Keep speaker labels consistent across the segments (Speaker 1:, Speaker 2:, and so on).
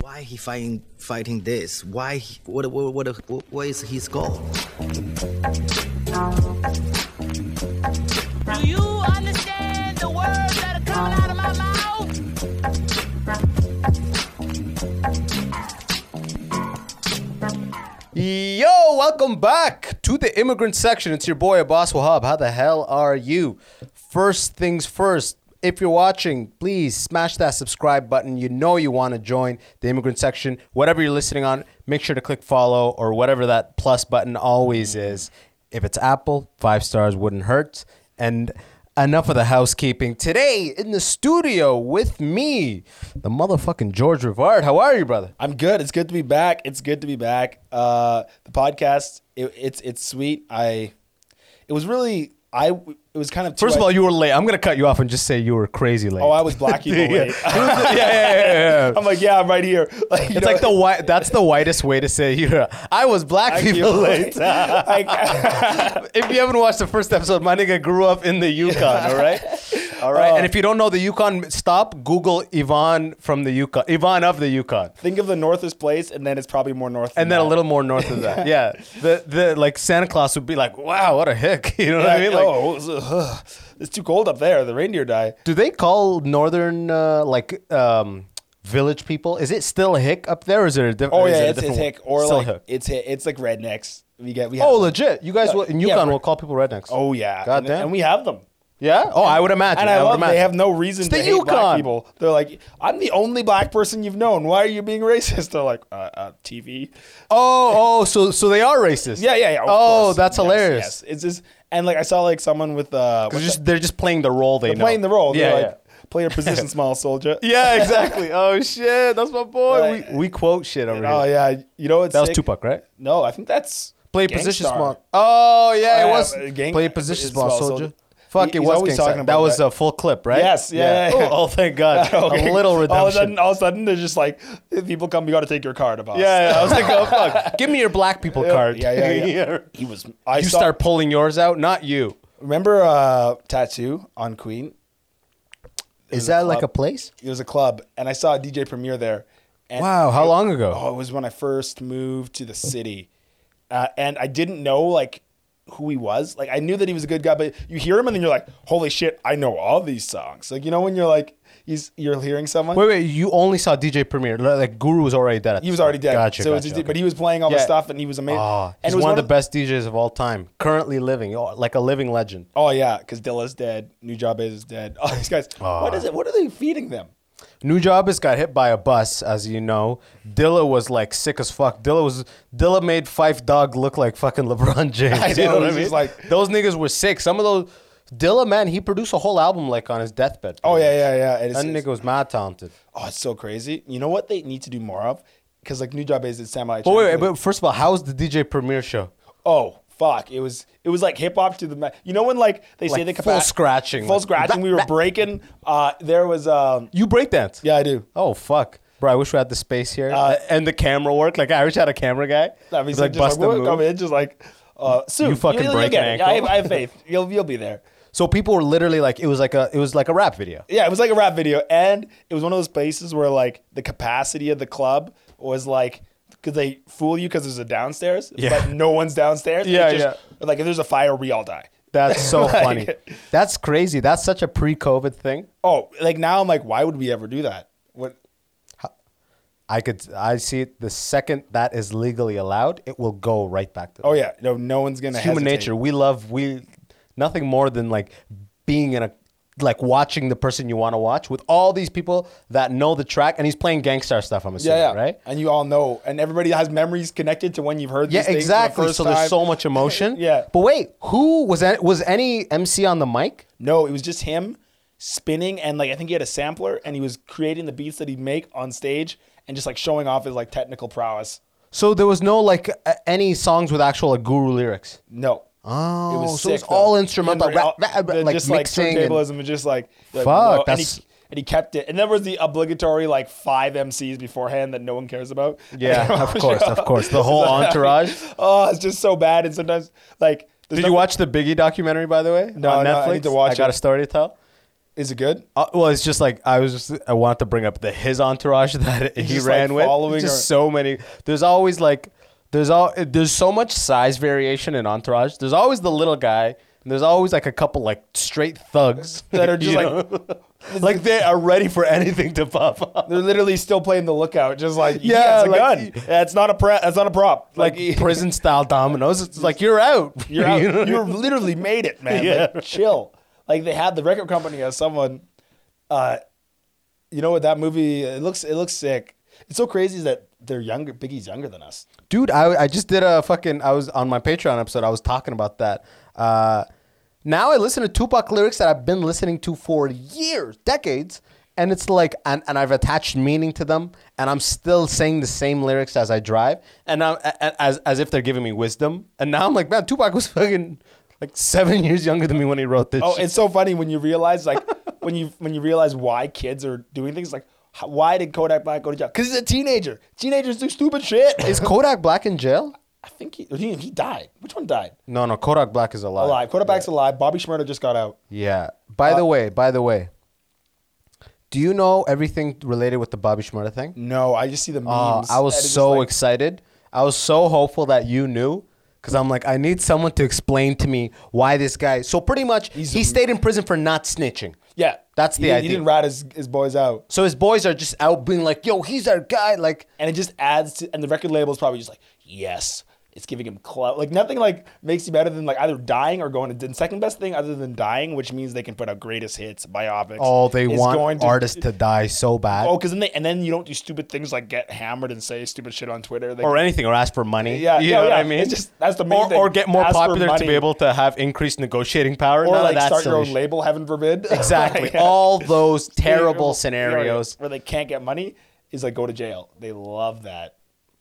Speaker 1: why he fighting fighting this? Why? He, what, what? What? What? What is his goal?
Speaker 2: Do you understand the words that are coming out of my mouth?
Speaker 3: Yo, welcome back to the immigrant section. It's your boy Abbas Wahab. How the hell are you? First things first, if you're watching, please smash that subscribe button. You know you want to join the immigrant section. Whatever you're listening on, make sure to click follow or whatever that plus button always is. If it's Apple, five stars wouldn't hurt. And enough of the housekeeping. Today in the studio with me, the motherfucking George Rivard. How are you, brother?
Speaker 4: I'm good. It's good to be back. It's good to be back. Uh, the podcast, it, it's it's sweet. I, it was really I. It was kind of two-
Speaker 3: First of all, you were late. I'm gonna cut you off and just say you were crazy late.
Speaker 4: oh, I was black people.
Speaker 3: yeah.
Speaker 4: late.
Speaker 3: yeah, yeah, yeah, yeah.
Speaker 4: I'm like, yeah, I'm right here. Like, you
Speaker 3: it's
Speaker 4: know,
Speaker 3: like the white. That's the whitest way to say you're. I was black
Speaker 4: I
Speaker 3: people
Speaker 4: feel
Speaker 3: late.
Speaker 4: like-
Speaker 3: if you haven't watched the first episode, my nigga grew up in the Yukon. All right, all right. and if you don't know the Yukon, stop Google Yvonne from the Yukon. Yvonne of the Yukon.
Speaker 4: Uh, think of the northest place, and then it's probably more north.
Speaker 3: And
Speaker 4: than
Speaker 3: then a
Speaker 4: that.
Speaker 3: little more north of that, yeah. The the like Santa Claus would be like, "Wow, what a hick!" You know what I mean? Like,
Speaker 4: oh, it's, ugh, it's too cold up there. The reindeer die.
Speaker 3: Do they call northern uh, like um, village people? Is it still hick up there? Or is there a different?
Speaker 4: Oh yeah, it's, it's hick or
Speaker 3: still
Speaker 4: like
Speaker 3: hick.
Speaker 4: it's hick, it's like rednecks. We get we have
Speaker 3: oh legit. You guys will, in
Speaker 4: Yeah,
Speaker 3: Yukon
Speaker 4: we're-
Speaker 3: will call people rednecks.
Speaker 4: oh yeah,
Speaker 3: God
Speaker 4: and,
Speaker 3: damn.
Speaker 4: and we have them.
Speaker 3: yeah. Oh, I would imagine.
Speaker 4: And I,
Speaker 3: would
Speaker 4: love
Speaker 3: imagine.
Speaker 4: they have no reason
Speaker 3: It's
Speaker 4: to
Speaker 3: the
Speaker 4: hate
Speaker 3: Yukon.
Speaker 4: black people. They're like, I'm the only black person you've known. Why are you being racist? They're like, uh, uh, TV.
Speaker 3: Oh, oh, so so they are racist.
Speaker 4: Yeah, yeah, yeah. of
Speaker 3: oh,
Speaker 4: course.
Speaker 3: that's
Speaker 4: Yes,
Speaker 3: hilarious.
Speaker 4: yes. It's just and like I saw like someone with uh,
Speaker 3: 'Cause
Speaker 4: what's
Speaker 3: just
Speaker 4: that-
Speaker 3: they're just playing the role they
Speaker 4: they're
Speaker 3: know.
Speaker 4: playing the role. They're
Speaker 3: Yeah,
Speaker 4: like, play your position, small soldier.
Speaker 3: yeah. yeah, exactly. Oh shit, that's my boy.
Speaker 4: Like-
Speaker 3: we, we quote shit over
Speaker 4: Oh
Speaker 3: here.
Speaker 4: yeah. You know it's
Speaker 3: That was
Speaker 4: sick?
Speaker 3: Tupac, right?
Speaker 4: No, I think that's
Speaker 3: Play position
Speaker 4: Gangstar.
Speaker 3: small. Oh yeah,
Speaker 4: Yeah,
Speaker 3: it was
Speaker 4: uh, gang-
Speaker 3: play position
Speaker 4: uh,
Speaker 3: small
Speaker 4: small
Speaker 3: soldier.
Speaker 4: soldier.
Speaker 3: Fuck,
Speaker 4: He-
Speaker 3: it
Speaker 4: he's
Speaker 3: was
Speaker 4: always
Speaker 3: Gangstar.
Speaker 4: talking about
Speaker 3: That was
Speaker 4: that.
Speaker 3: a full clip, right?
Speaker 4: Yes, yeah, yeah, yeah.
Speaker 3: Oh, oh, thank God.
Speaker 4: Okay.
Speaker 3: A
Speaker 4: Oh,
Speaker 3: little redemption.
Speaker 4: All of a sudden, all of a sudden, they're just like, if people come, you got to take your card, boss.
Speaker 3: Yeah, yeah, I was like, oh fuck, give me your black people card.
Speaker 4: yeah, yeah, yeah. He was. I
Speaker 3: you
Speaker 4: saw-
Speaker 3: start pulling yours out, not you.
Speaker 4: Remember uh, Tattoo on Queen?
Speaker 3: Is
Speaker 4: that like a
Speaker 3: place?
Speaker 4: It was a club, and I saw a DJ premiere there. And
Speaker 3: Wow, how
Speaker 4: it-
Speaker 3: long ago?
Speaker 4: Oh, it was when I first moved to the city, uh, and I didn't know like who he was. Like I knew that he was a good guy, but you hear him and then you're like, "Holy shit, I know all these songs!" Like you know when you're like, he's you're hearing someone.
Speaker 3: Wait, wait, you only saw DJ Premier. Li- Like Guru was already dead. at
Speaker 4: he
Speaker 3: this
Speaker 4: was already
Speaker 3: point.
Speaker 4: dead,
Speaker 3: Gotcha.
Speaker 4: so it was
Speaker 3: gotcha,
Speaker 4: just-
Speaker 3: okay.
Speaker 4: but he was playing all the
Speaker 3: Yeah.
Speaker 4: stuff, and he was amazing.
Speaker 3: Ah,
Speaker 4: and
Speaker 3: he's
Speaker 4: it was
Speaker 3: one, of the best DJs of all time, currently living, oh, like a living legend.
Speaker 4: Oh yeah, because Dilla's dead, New Job is dead. All these guys. What is it? What are they feeding them?
Speaker 3: New Jobbers got hit by a bus, as you know. Dilla was like sick as fuck. Dilla was Dilla made Fife Dog look like fucking LeBron James.
Speaker 4: I
Speaker 3: you
Speaker 4: know,
Speaker 3: know what I
Speaker 4: he's
Speaker 3: mean?
Speaker 4: just like-
Speaker 3: those niggas were sick. Some of those Dilla man, he produced a whole album like on his deathbed.
Speaker 4: Oh yeah, yeah, yeah. It is-
Speaker 3: That nigga was mad talented.
Speaker 4: Oh, it's so crazy. You know what they need to do more of? Because like New Job is it's Samurai.
Speaker 3: But wait, wait,
Speaker 4: Champloo.
Speaker 3: but first of all, how's the DJ Premier show?
Speaker 4: oh fuck, it was it was like hip hop to the ma- you know when like they say
Speaker 3: Like
Speaker 4: the
Speaker 3: full
Speaker 4: capa-
Speaker 3: scratching,
Speaker 4: full
Speaker 3: like,
Speaker 4: scratching. We were breaking. Uh, there was um
Speaker 3: You breakdance?
Speaker 4: yeah I do.
Speaker 3: Oh fuck, bro! I wish we had the space here and the camera work. Like I wish I had a camera guy. He's
Speaker 4: That means
Speaker 3: like
Speaker 4: like just
Speaker 3: bust
Speaker 4: like,
Speaker 3: the
Speaker 4: "Whoa,"
Speaker 3: move.
Speaker 4: come in, just like uh, soon.
Speaker 3: You fucking
Speaker 4: you'll,
Speaker 3: break
Speaker 4: you'll
Speaker 3: an
Speaker 4: get it. I have,
Speaker 3: ankle.
Speaker 4: I have faith. You'll you'll be there.
Speaker 3: So people were literally like, it was like a, it was like a rap video.
Speaker 4: Yeah, it was like a rap video, and it was one of those places where like the capacity of the club was like. Cause they fool you because there's a downstairs,
Speaker 3: Yeah.
Speaker 4: but no one's downstairs. It's
Speaker 3: Yeah,
Speaker 4: just- Like if there's a fire, we all die.
Speaker 3: That's so
Speaker 4: Like-
Speaker 3: funny. That's crazy. That's such a pre-COVID thing.
Speaker 4: Oh, like now I'm like, why would we ever do that? What?
Speaker 3: I could, I see it. The second that is legally allowed, it will go right back to
Speaker 4: Oh yeah, no, no one's gonna.
Speaker 3: It's human
Speaker 4: hesitate.
Speaker 3: nature. We love we nothing more than like being in a like watching the person you want to watch with all these people that know the track, and he's playing gangstar stuff. I'm assuming,
Speaker 4: Yeah, yeah,
Speaker 3: right?
Speaker 4: And you all know, and everybody has memories connected to when you've heard.
Speaker 3: Yeah,
Speaker 4: these things for the
Speaker 3: exactly.
Speaker 4: first
Speaker 3: so there's
Speaker 4: time.
Speaker 3: so much emotion.
Speaker 4: Yeah.
Speaker 3: But wait, who was that? Was any MC on the mic?
Speaker 4: No, it was just him spinning, and like I think he had a sampler, and he was creating the beats that he'd make on stage, and just like showing off his like technical prowess.
Speaker 3: So there was no like a- any songs with actual like, guru lyrics.
Speaker 4: No.
Speaker 3: Oh, so it's
Speaker 4: though.
Speaker 3: all instrumental,
Speaker 4: And they're
Speaker 3: rap- rap-
Speaker 4: they're
Speaker 3: like
Speaker 4: just
Speaker 3: mixing
Speaker 4: like
Speaker 3: and-
Speaker 4: turntablism and just like,
Speaker 3: Fuck,
Speaker 4: like, whoa, and,
Speaker 3: that's-
Speaker 4: he, and he kept it. And there was the obligatory like five MCs beforehand that no one cares about.
Speaker 3: Yeah, of course, of course. The whole entourage.
Speaker 4: oh, it's just so bad. And sometimes like,
Speaker 3: Did
Speaker 4: there's
Speaker 3: you
Speaker 4: nothing-
Speaker 3: watch the Biggie documentary, by the way?
Speaker 4: No,
Speaker 3: on
Speaker 4: no,
Speaker 3: Netflix?
Speaker 4: I need to watch
Speaker 3: got
Speaker 4: it.
Speaker 3: a story to tell.
Speaker 4: Is it good?
Speaker 3: Uh, well, it's just like I was. Just, I want to bring up the his entourage that he
Speaker 4: just, like,
Speaker 3: ran with.
Speaker 4: following
Speaker 3: just
Speaker 4: or-
Speaker 3: so many. There's always like there's all there's so much size variation in entourage. There's always the little guy. And there's always like a couple like straight thugs
Speaker 4: That are just,
Speaker 3: you
Speaker 4: like-
Speaker 3: know? like they are ready for anything to pop up.
Speaker 4: They're literally still playing the lookout, just like
Speaker 3: Yeah,
Speaker 4: yeah, it's a
Speaker 3: like-
Speaker 4: gun. That's not a pre- that's not a prop.
Speaker 3: Like prison style dominoes. It's like you're out.
Speaker 4: You're
Speaker 3: You know?
Speaker 4: out. you literally made it, man. Like, chill. Like they had the record company as someone. Uh, you know what? That movie it looks it looks sick. It's so crazy that they're younger. Biggie's younger than us.
Speaker 3: dude I, I just did a fucking i was on my patreon episode i was talking about that uh, now i listen to tupac lyrics that i've been listening to for years decades and it's like and, and i've attached meaning to them and i'm still saying the same lyrics as i drive and i'm a- a- as, as if they're giving me wisdom and now i'm like man tupac was fucking like seven years younger than me when he wrote this
Speaker 4: Oh,
Speaker 3: shit.
Speaker 4: it's so funny when you realize like when you when you realize why kids are doing things like. how- Why did Kodak Black go to jail? Because he's a teenager. Teenagers do stupid shit.
Speaker 3: is kodak black in jail
Speaker 4: I think he, he he died. Which one died?
Speaker 3: no no kodak black is alive
Speaker 4: Alive. Quarterback's alive. Bobby Schmurda just got out.
Speaker 3: Yeah. By
Speaker 4: Uh,
Speaker 3: the way, by the way, do you know everything related with the Bobby Schmurda thing?
Speaker 4: No, I just see the memes.
Speaker 3: Oh, I was
Speaker 4: And it's
Speaker 3: so
Speaker 4: just like-
Speaker 3: excited. I was so hopeful that you knew because I'm like, I need someone to explain to me why this guy. So pretty much, he stayed in prison for not snitching.
Speaker 4: Yeah,
Speaker 3: That's
Speaker 4: He
Speaker 3: the
Speaker 4: didn't-
Speaker 3: idea.
Speaker 4: He didn't rat his, his boys out.
Speaker 3: So his boys are just out being like, "Yo, he's our guy." Like,
Speaker 4: and it just adds to and the record label is probably just like yes it's giving him clout like nothing like makes you better than like either dying or going to the second best thing other than dying which means they can put out greatest hits biopics
Speaker 3: oh, they
Speaker 4: is
Speaker 3: want
Speaker 4: going to-
Speaker 3: artists to die so bad,
Speaker 4: oh because then they and then you don't do stupid things like get hammered and say stupid shit on twitter they,
Speaker 3: or anything, or ask for money.
Speaker 4: Yeah,
Speaker 3: you
Speaker 4: yeah,
Speaker 3: know what
Speaker 4: yeah.
Speaker 3: I mean.
Speaker 4: It's just- that's the main
Speaker 3: or,
Speaker 4: thing.
Speaker 3: or get more
Speaker 4: Ask for
Speaker 3: popular to be
Speaker 4: money.
Speaker 3: able to have increased negotiating power.
Speaker 4: or
Speaker 3: None of
Speaker 4: like
Speaker 3: that
Speaker 4: start your
Speaker 3: silly
Speaker 4: own
Speaker 3: shit.
Speaker 4: label heaven forbid
Speaker 3: Exactly.
Speaker 4: Yeah.
Speaker 3: All those terrible
Speaker 4: Yeah,
Speaker 3: scenarios.
Speaker 4: where they can't get money is like go to jail they love that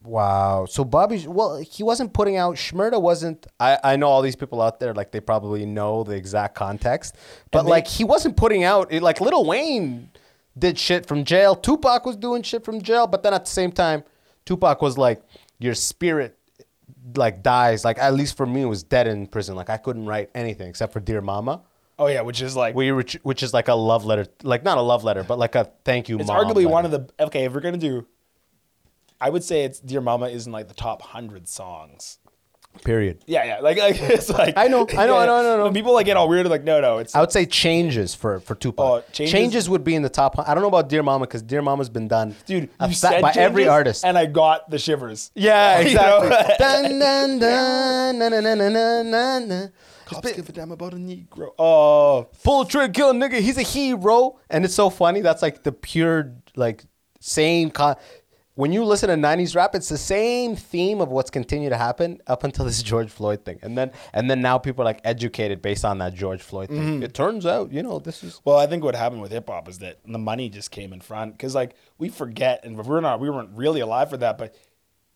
Speaker 3: Wow. So Bobby, well, he wasn't putting out. Schmurda wasn't. I, I know all these people out there, like they probably know the exact context, but
Speaker 4: they-
Speaker 3: like he wasn't putting out. it- Like Little Wayne did shit from jail. Tupac was doing shit from jail, but then at the same time, Tupac was like, your spirit like dies. Like at least for me, it was dead in prison. Like I couldn't write anything except for Dear Mama.
Speaker 4: oh yeah which is like
Speaker 3: We, which, which is like a love letter, like not a love letter, but like a thank you.
Speaker 4: It's
Speaker 3: Mom
Speaker 4: arguably one
Speaker 3: letter.
Speaker 4: of the okay. If we're gonna do, I would say it's "Dear Mama" is in like the top hundred songs.
Speaker 3: period.
Speaker 4: Yeah, yeah. Like, like it's like
Speaker 3: I know, I know, I know, I know, I know.
Speaker 4: When people like get all weird, like no, no. It's
Speaker 3: I would say changes for for Tupac.
Speaker 4: Oh,
Speaker 3: changes?
Speaker 4: changes-
Speaker 3: would be in the top. hun- I don't know about Dear Mama because Dear Mama's been done,
Speaker 4: dude.
Speaker 3: a
Speaker 4: You
Speaker 3: fa-
Speaker 4: said
Speaker 3: by every
Speaker 4: changes,
Speaker 3: artist.
Speaker 4: and I got the shivers.
Speaker 3: yeah,
Speaker 4: You know?
Speaker 3: exactly. dun, dun, dun, na, na, na, na, na, na, na.
Speaker 4: Cops give a damn about a Negro. Oh,
Speaker 3: Full trick kill nigga, he's a hero, and it's so funny. That's like the pure like same. Con- when you listen to '90s rap, it's the same theme of what's continued to happen up until this George Floyd thing, and then and then now people are like educated based on that George Floyd thing.
Speaker 4: Mm-hmm.
Speaker 3: It turns out, you know, this is
Speaker 4: Well, I think what happened with hip hop is that the money just came in front because like we forget, and we're not we weren't really alive for that, but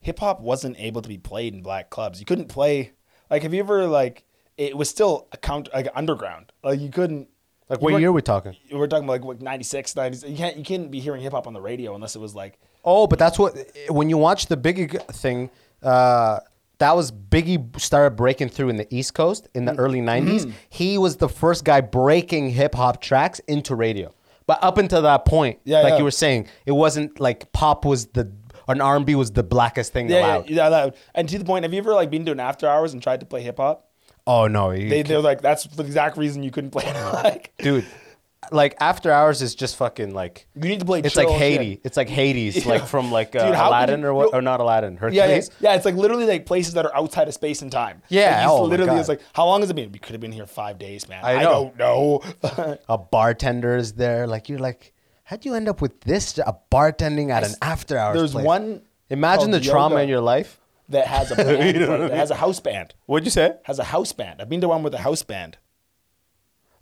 Speaker 4: hip hop wasn't able to be played in black clubs. You couldn't play like have you ever like it was still a count like underground like you couldn't
Speaker 3: like
Speaker 4: you
Speaker 3: what
Speaker 4: weren't-
Speaker 3: year are we talking?
Speaker 4: We're talking about like what, 96, 90s. You can't you couldn't be hearing hip hop on the radio unless it was like
Speaker 3: Oh, but that's what when you watch the Biggie g- thing, uh, that was Biggie started breaking through in the East Coast in
Speaker 4: Mm.
Speaker 3: the early '90s. He was the first guy breaking hip hop tracks into radio. But up until that point,
Speaker 4: Yeah,
Speaker 3: like
Speaker 4: yeah.
Speaker 3: you were saying, it wasn't like pop was the an R and B was the blackest thing allowed.
Speaker 4: yeah, loud. And to the point, have you ever like been to an after hours and tried to play hip hop?
Speaker 3: Oh no, you
Speaker 4: They
Speaker 3: can't-
Speaker 4: they're like that's the exact reason you couldn't play it. like
Speaker 3: dude. Like after hours is just fucking like
Speaker 4: You need to play
Speaker 3: It's like
Speaker 4: chill shit.
Speaker 3: Haiti. It's like Hades, like from like uh,
Speaker 4: Dude, how could
Speaker 3: Aladdin
Speaker 4: you-
Speaker 3: or what?
Speaker 4: yo-
Speaker 3: Or not Aladdin?
Speaker 4: Yeah, yeah,
Speaker 3: Hercules.
Speaker 4: yeah, it's like literally like places that are outside of space and time.
Speaker 3: Yeah,
Speaker 4: like, you
Speaker 3: oh my
Speaker 4: literally,
Speaker 3: God.
Speaker 4: it's like how long has it been? We could have been here five days, man.
Speaker 3: I
Speaker 4: I,
Speaker 3: know.
Speaker 4: don't know.
Speaker 3: a bartender is there. Like you're like, how'd you end up with this? A bartending at an after hours.
Speaker 4: there's
Speaker 3: place?
Speaker 4: one
Speaker 3: Imagine the
Speaker 4: called
Speaker 3: trauma
Speaker 4: Yoga.
Speaker 3: in your life.
Speaker 4: that has a band, that has a house band,
Speaker 3: What'd you say?
Speaker 4: has a house band. I've been to one with a house band.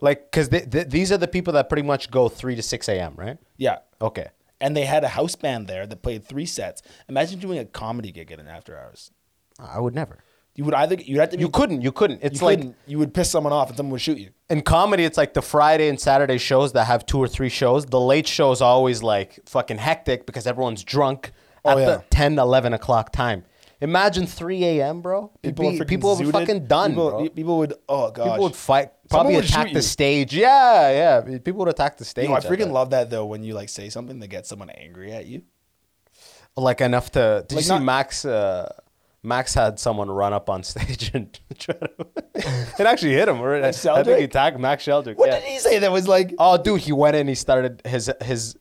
Speaker 3: Like, cause they, th these are the people that pretty much go three to six a.m. Right?
Speaker 4: Yeah,
Speaker 3: Okay.
Speaker 4: and they had a house band there that played three sets. Imagine doing a comedy gig at an after hours.
Speaker 3: I would never.
Speaker 4: You would either you'd have to be,
Speaker 3: You couldn't. You couldn't.
Speaker 4: you
Speaker 3: It's like
Speaker 4: couldn't. you would piss someone off and someone would shoot you.
Speaker 3: in comedy, it's like the Friday and Saturday shows that have two or three shows. The late show is always like fucking hectic because everyone's drunk
Speaker 4: Oh,
Speaker 3: at
Speaker 4: yeah.
Speaker 3: the 10, 11 o'clock time. Imagine 3 a.m., bro. It'd
Speaker 4: People,
Speaker 3: be-
Speaker 4: are freaking
Speaker 3: people
Speaker 4: zooted.
Speaker 3: fucking done,
Speaker 4: People,
Speaker 3: bro.
Speaker 4: people would. Oh gosh.
Speaker 3: People would fight,
Speaker 4: Someone
Speaker 3: probably
Speaker 4: would
Speaker 3: attack
Speaker 4: shoot
Speaker 3: the
Speaker 4: you.
Speaker 3: stage. Yeah, yeah. People would attack the stage.
Speaker 4: You know, I
Speaker 3: at
Speaker 4: freaking
Speaker 3: that.
Speaker 4: love that though when you like say something that gets someone angry at you.
Speaker 3: Like enough to. Did
Speaker 4: Like
Speaker 3: you see
Speaker 4: not-
Speaker 3: Max? Uh, Max had someone run up on stage and try to. it actually hit him. Right? I, I think
Speaker 4: Sheldrick?
Speaker 3: he tagged Max Sheldrick.
Speaker 4: What
Speaker 3: yeah.
Speaker 4: did he say that was like?
Speaker 3: Oh,
Speaker 4: uh,
Speaker 3: dude, he went in. He started his his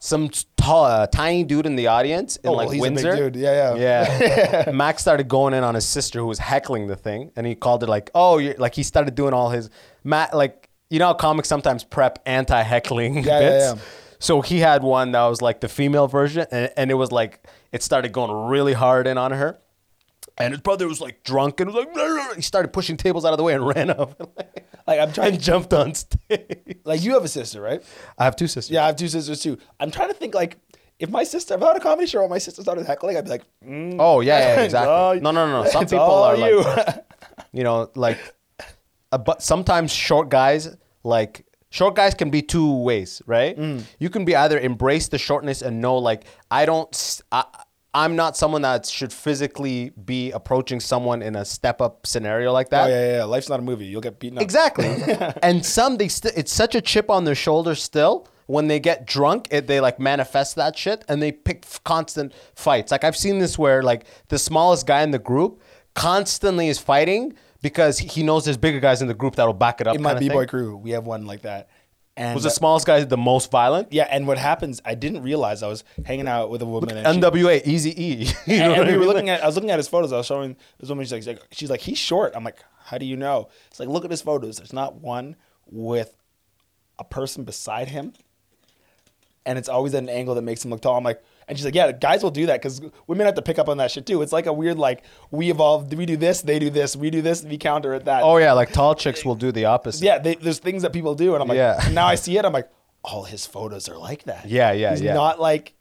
Speaker 3: some tall, uh, tiny dude in the audience in
Speaker 4: Oh,
Speaker 3: like
Speaker 4: well, he's a big
Speaker 3: Windsor.
Speaker 4: dude. Yeah,
Speaker 3: yeah, yeah. Max started going in on his sister who was heckling the thing, and he called it like, "Oh, you're, like he started doing all his Matt like you know how comics sometimes prep anti heckling
Speaker 4: Yeah, yeah,
Speaker 3: bits."
Speaker 4: yeah.
Speaker 3: So he had one that was like the female version, and, and it was like it started going really hard in on her. And his brother was like drunk and was like, "Blah, blah, blah." he started pushing tables out of the way and ran up
Speaker 4: Like I'm trying.
Speaker 3: and jumped on stage.
Speaker 4: Like you have a sister, right?
Speaker 3: I have two sisters.
Speaker 4: Yeah, I have two sisters too. I'm trying to think like if my sister, if I had a comedy show and my sister started heckling, I'd be like, mm,
Speaker 3: Oh yeah, yeah,
Speaker 4: It's all-
Speaker 3: exactly. No, no, no. no. Some
Speaker 4: it's
Speaker 3: people
Speaker 4: all
Speaker 3: are
Speaker 4: you.
Speaker 3: like, you know, like, uh, but sometimes short guys like short guys can be two ways, right?
Speaker 4: Mm.
Speaker 3: You can be either embrace the shortness and know, like, I don't, s- I, am not someone that should physically be approaching someone in a step up scenario like that.
Speaker 4: oh yeah, yeah, yeah, life's not a movie. You'll get beaten up.
Speaker 3: Exactly. and some they st- it's such a chip on their shoulder still. When they get drunk, it, they like manifest that shit and they pick f- constant fights. Like I've seen this where like the smallest guy in the group constantly is fighting because he knows there's bigger guys in the group that'll back it up.
Speaker 4: In my
Speaker 3: kinda
Speaker 4: b
Speaker 3: thing.
Speaker 4: boy crew, we have one like that. And
Speaker 3: was the smallest guy the most violent?
Speaker 4: yeah, and what happens? I didn't realize I was hanging out with a woman. and she-
Speaker 3: NWA, Easy E. you know
Speaker 4: and,
Speaker 3: what
Speaker 4: and
Speaker 3: I
Speaker 4: we were
Speaker 3: mean?
Speaker 4: looking at I was looking at his photos. I was showing this woman. She's like, she's like, she's like, he's short. I'm like, how do you know? It's like, look at his photos. There's not one with a person beside him, and it's always at an angle that makes him look tall. I'm like, and she's like, yeah, guys will do that because women have to pick up on that shit too. It's like a weird like we evolved. We do this, they do this. We do this, we counter at that.
Speaker 3: oh yeah, like tall chicks will do the opposite.
Speaker 4: yeah. They, there's things that people do, and I'm like,
Speaker 3: Yeah.
Speaker 4: now I see it. I'm like, all his photos are like that.
Speaker 3: Yeah, yeah,
Speaker 4: he's
Speaker 3: yeah.
Speaker 4: Not like.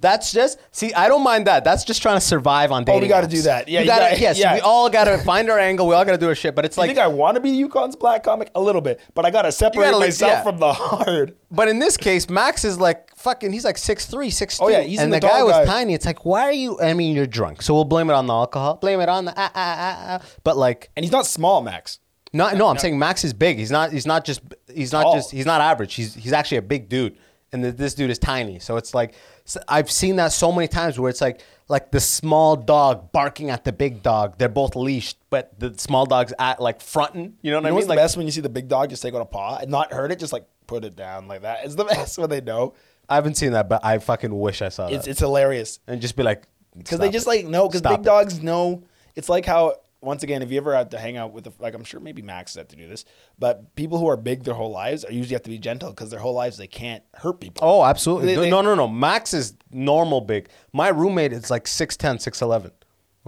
Speaker 3: That's just see. I don't mind that. That's just trying to survive on dating.
Speaker 4: Oh, we gotta
Speaker 3: apps.
Speaker 4: do that. Yeah,
Speaker 3: you
Speaker 4: you
Speaker 3: gotta,
Speaker 4: gotta-
Speaker 3: yes,
Speaker 4: yeah.
Speaker 3: we all gotta find our angle. We all gotta do our shit. But it's
Speaker 4: I
Speaker 3: like,
Speaker 4: think I want to be Yukon's black comic a little bit, but I gotta separate
Speaker 3: li-
Speaker 4: myself
Speaker 3: yeah.
Speaker 4: from the hard.
Speaker 3: but in this case, Max is like fucking. He's like six three, six two.
Speaker 4: Oh, yeah, he's
Speaker 3: and the
Speaker 4: an
Speaker 3: guy
Speaker 4: adult
Speaker 3: was
Speaker 4: guy.
Speaker 3: tiny. It's like, why are you? I mean, you're drunk, so we'll blame it on the alcohol. Blame it on the ah ah ah. ah. But like,
Speaker 4: And he's not small, Max.
Speaker 3: no, no, I'm saying Max is big. He's not. He's not just. He's not
Speaker 4: Tall.
Speaker 3: just. He's not average. He's he's actually a big dude, and th- this dude is tiny. So it's like s- I've seen that so many times where it's like like the small dog barking at the big dog. They're both leashed, but the small dog's at like fronting. You know what
Speaker 4: You know
Speaker 3: I
Speaker 4: what's
Speaker 3: mean?
Speaker 4: the
Speaker 3: Like
Speaker 4: best when you see the big dog just take on a paw and not hurt it, just like put it down like that. It's the best when they know.
Speaker 3: I haven't seen that, but I fucking wish I saw
Speaker 4: It's
Speaker 3: that.
Speaker 4: it's hilarious
Speaker 3: and just be like,
Speaker 4: because they
Speaker 3: Uh, "Stop
Speaker 4: just
Speaker 3: it.
Speaker 4: like know because
Speaker 3: Stop
Speaker 4: big
Speaker 3: it."
Speaker 4: dogs know. It's like how once again, if you ever had to hang out with a, like I'm sure maybe Max had to do this, but people who are big their whole lives are usually have to be gentle because their whole lives they can't hurt people.
Speaker 3: Oh, absolutely.
Speaker 4: They-
Speaker 3: No,
Speaker 4: they-
Speaker 3: no, no, no. Max is normal big. My roommate is like 6'10, 6'11.